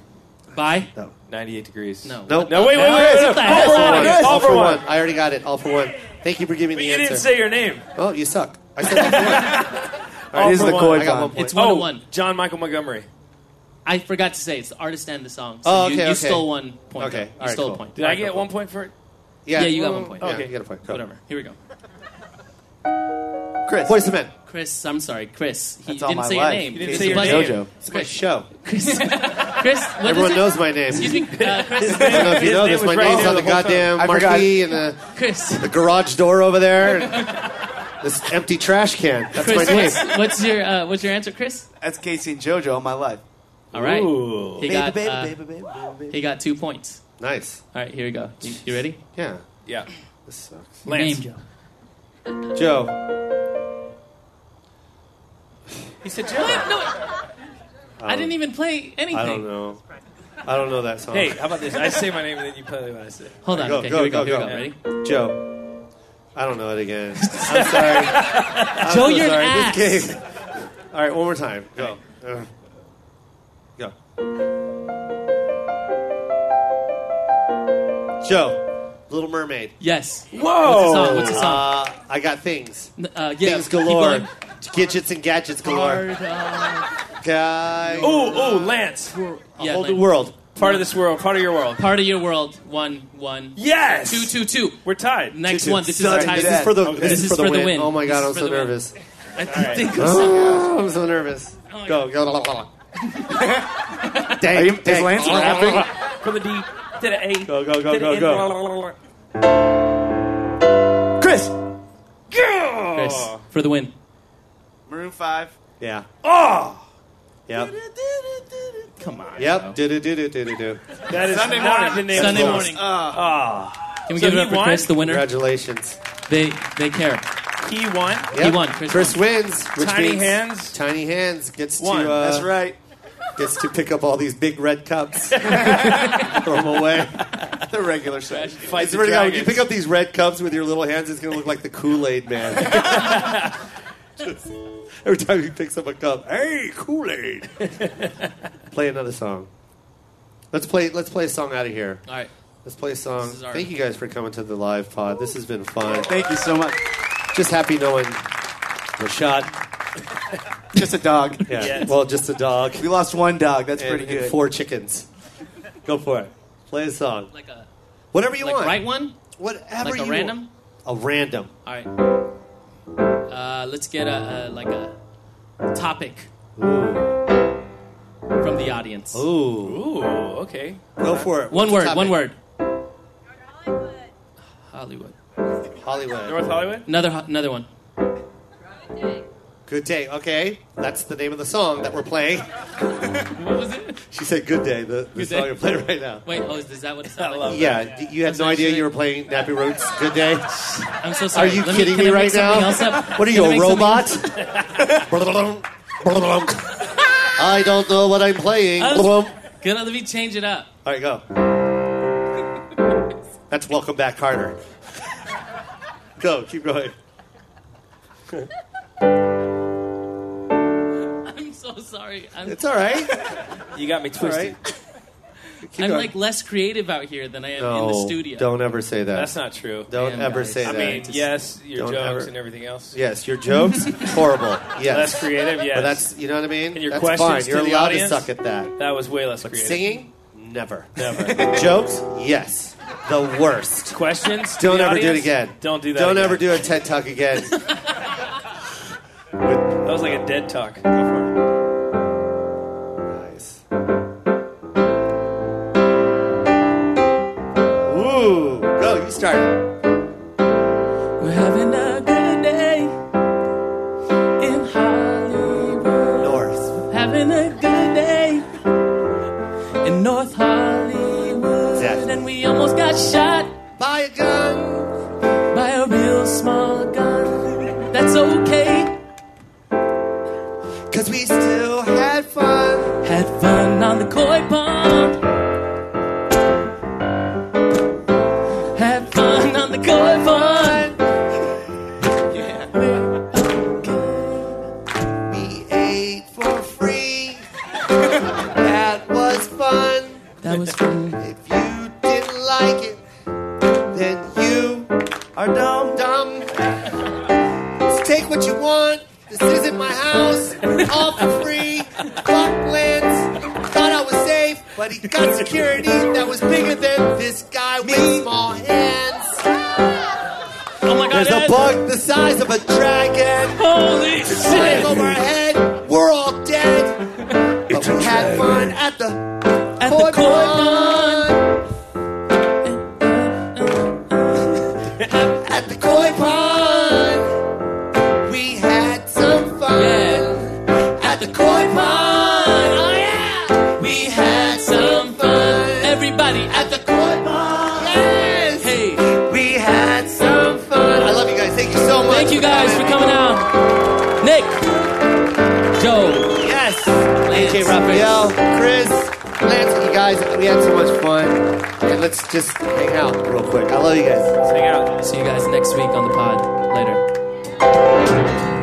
Bye.
No.
98 degrees.
No.
Nope.
No, wait, wait, wait. wait,
the
no.
hell?
All for one.
All,
All for one.
I already got it. All for one. Thank you for giving
But
me
you
the answer.
didn't say your name.
oh, you suck. I said all for one.
All right, here's
for
the
one.
koi
I got one
pond.
point.
It's one
oh,
to one.
John Michael Montgomery.
I forgot to say it's the artist and the song. So
Oh,
you,
okay,
you
okay.
stole one point.
Okay,
though. You
all right,
stole
cool.
a point.
Did I get one point for it?
Yeah, you got one point.
Yeah,
Okay.
you got a point. Go.
Whatever. Here we go.
Chris.
Voice of Men.
Chris, I'm sorry, Chris. He
That's all
didn't
my
say
life.
your name.
You
didn't
It's
say
a
your
pleasure.
name.
Jojo.
It's my show.
Chris. Chris. What is
Everyone
it?
knows my name.
Excuse me, uh, Chris.
I don't know if you
His
know
name
this. My
was right
name's
there
on the
the whole time.
goddamn
I forgot.
marquee and the.
Chris.
the garage door over there. and this empty trash can. That's
Chris,
my name.
what's, what's your uh, what's your answer, Chris?
That's Casey and JoJo all my life.
All right.
Ooh.
He
Baby,
got
baby,
uh,
baby, baby, baby, baby.
he got two points.
Nice.
All right, here we go. You, you ready?
Yeah.
Yeah.
This sucks.
Lance.
Name, Joe.
Joe.
He said Joe.
No, I didn't even play anything.
I don't know. I don't know that song.
Hey, how about this? I say my name and then you play what I say.
Hold on.
Go,
okay,
go,
here we go.
go,
here
go.
we go.
Joe. I don't know it again. I'm sorry. I'm
Joe,
so
you're an
sorry.
ass.
This game. All right, one more time. Go. Ugh. Go. Joe. Little Mermaid.
Yes.
Whoa.
What's the song? What's the song?
Uh, I got things.
N- Uh, yeah.
things
keep
galore.
going.
Gadgets and gadgets galore.
Hard, uh,
Guy.
Ooh, ooh, Lance.
yeah,
whole
like,
new world.
Part of this world, part of your world.
Part of your world. One, one.
Yes.
Two, two, two.
We're tied.
Next
Two, two.
one. This is
Sorry,
our time.
This is for the,
This is for the win.
Oh my god,
This
I'm
is
so
for the win.
nervous.
I think of something.
Oh, I'm so nervous.
my
Go,
God.
go, la, la, la.
Are
Dang,
you, is
dang. Oh.
Lance rapping?
From the D to the A.
Go, go, go,
to the
go,
N.
go.
Chris.
Oh.
Chris, for the win.
Maroon 5.
Yeah. Oh! Yep.
Come on.
Yep. Do, do, do, do, do, do, do.
That is Sunday morning. The name
Sunday
of the
morning.
Ah.
Can we
So
give it
he
up for
won?
Chris, the winner?
Congratulations.
They they care.
world. He won.
Yep.
won. Chris
wins. Which
Tiny
means
hands.
Tiny Hands gets
Won.
to. Uh,
That's right.
gets to pick up all these big red cups, throw them away. They're regular size.
Fight
I
the
swear to God, when you
dragons.
pick up these red cups with your little hands, it's gonna look like the Kool Aid Man. Just- every time he picks up a cup, hey, Kool Aid. play another song. Let's play. Let's play a song out of here.
All right.
Let's play a song.
This is our-
Thank you guys for coming to the live pod. This has been fun.
Thank you so much.
Just happy knowing Rashad. Just a dog. Yeah.
Yes.
Well, just a dog.
We lost one dog. That's
And-
pretty
and
good.
four chickens. Go for it. Play a song.
Like a
Whatever you
like
want.
Right one.
Whatever
Like a
you
random.
Want. A random.
All right. Uh, let's get a, a like a topic from the audience.
Ooh.
Ooh. Okay.
Go for it.
One
What's
word.
the
One
topic?
word. Hollywood.
Hollywood.
North Hollywood. Another ho- another one.
Good day. Okay, that's the name of the song that we're playing.
what was it?
She said "Good Day." The, the
Good
song
day.
you're playing right now.
Wait. Oh, is, is that what it sounded like?
Yeah, d- you had no idea you were playing Nappy Roots. Good day.
I'm so sorry.
Are you
Let me-
kidding
can
me,
I make
right
something
now?
else up?
What are
Can
you,
I
a
make something
robot?
else-
I don't know what I'm playing.
I
All
was- Gonna let me change it up.
right, go. That's Welcome Back, Carter. Go, keep going.
I'm so sorry. I'm,
It's all right.
You got me twisted.
I'm
going.
like less creative out here than I am in the studio.
don't ever say that.
That's not true.
Don't
Damn,
ever
guys.
say
I
that.
mean, yes, your
Don't
jokes
ever-
and everything else.
Yes, your jokes horrible. Yes,
Less creative, yes.
But that's you know what I mean.
And your
that's
questions
fine.
to
You're
the
allowed
audience?
to suck at that.
That was way less creative.
Singing, never.
Never.
jokes, yes, the worst.
Questions? to
Don't
the
ever do it
audience?
again.
Don't do that.
Don't
again.
ever do a TED talk again.
That was like a dead talk.
nice. Ooh, go. You start.
We're having a good day in Hollywood.
North.
Having a good day in North Hollywood.
Exactly.
And we almost got shot
Buy a gun.
by a real small gun. That's okay.
Cause we still had fun.
Had fun on the koi pond. Had fun on the koi pond.
We ate for free. that was fun.
That was fun.
If you didn't like it, then you are dumb. Dumb. Just take what you want. This isn't my house. All for free. Fuck Lance. Thought I was safe, but he got security that was bigger than this guy with small hands.
Oh my god.
There's a
Ed.
bug the size of a dragon.
Holy
Flying
shit.
over our head. We're all dead. But we had fun at the
At the koi pond.
pond. At the koi pond, we had some fun. At the koi pond, oh yeah,
We had some fun. Everybody at the
koi pond. Yes,
Hey,
we had some fun. I love you guys. Thank you so much.
thank you guys for coming out. Nick, Joe,
Yes,
Lance.
AJ Raphael, Chris, Lance. You guys, we had so much fun. And let's just hang out real quick. I love you guys.
Hang out.
See you guys next week on the pod. Later.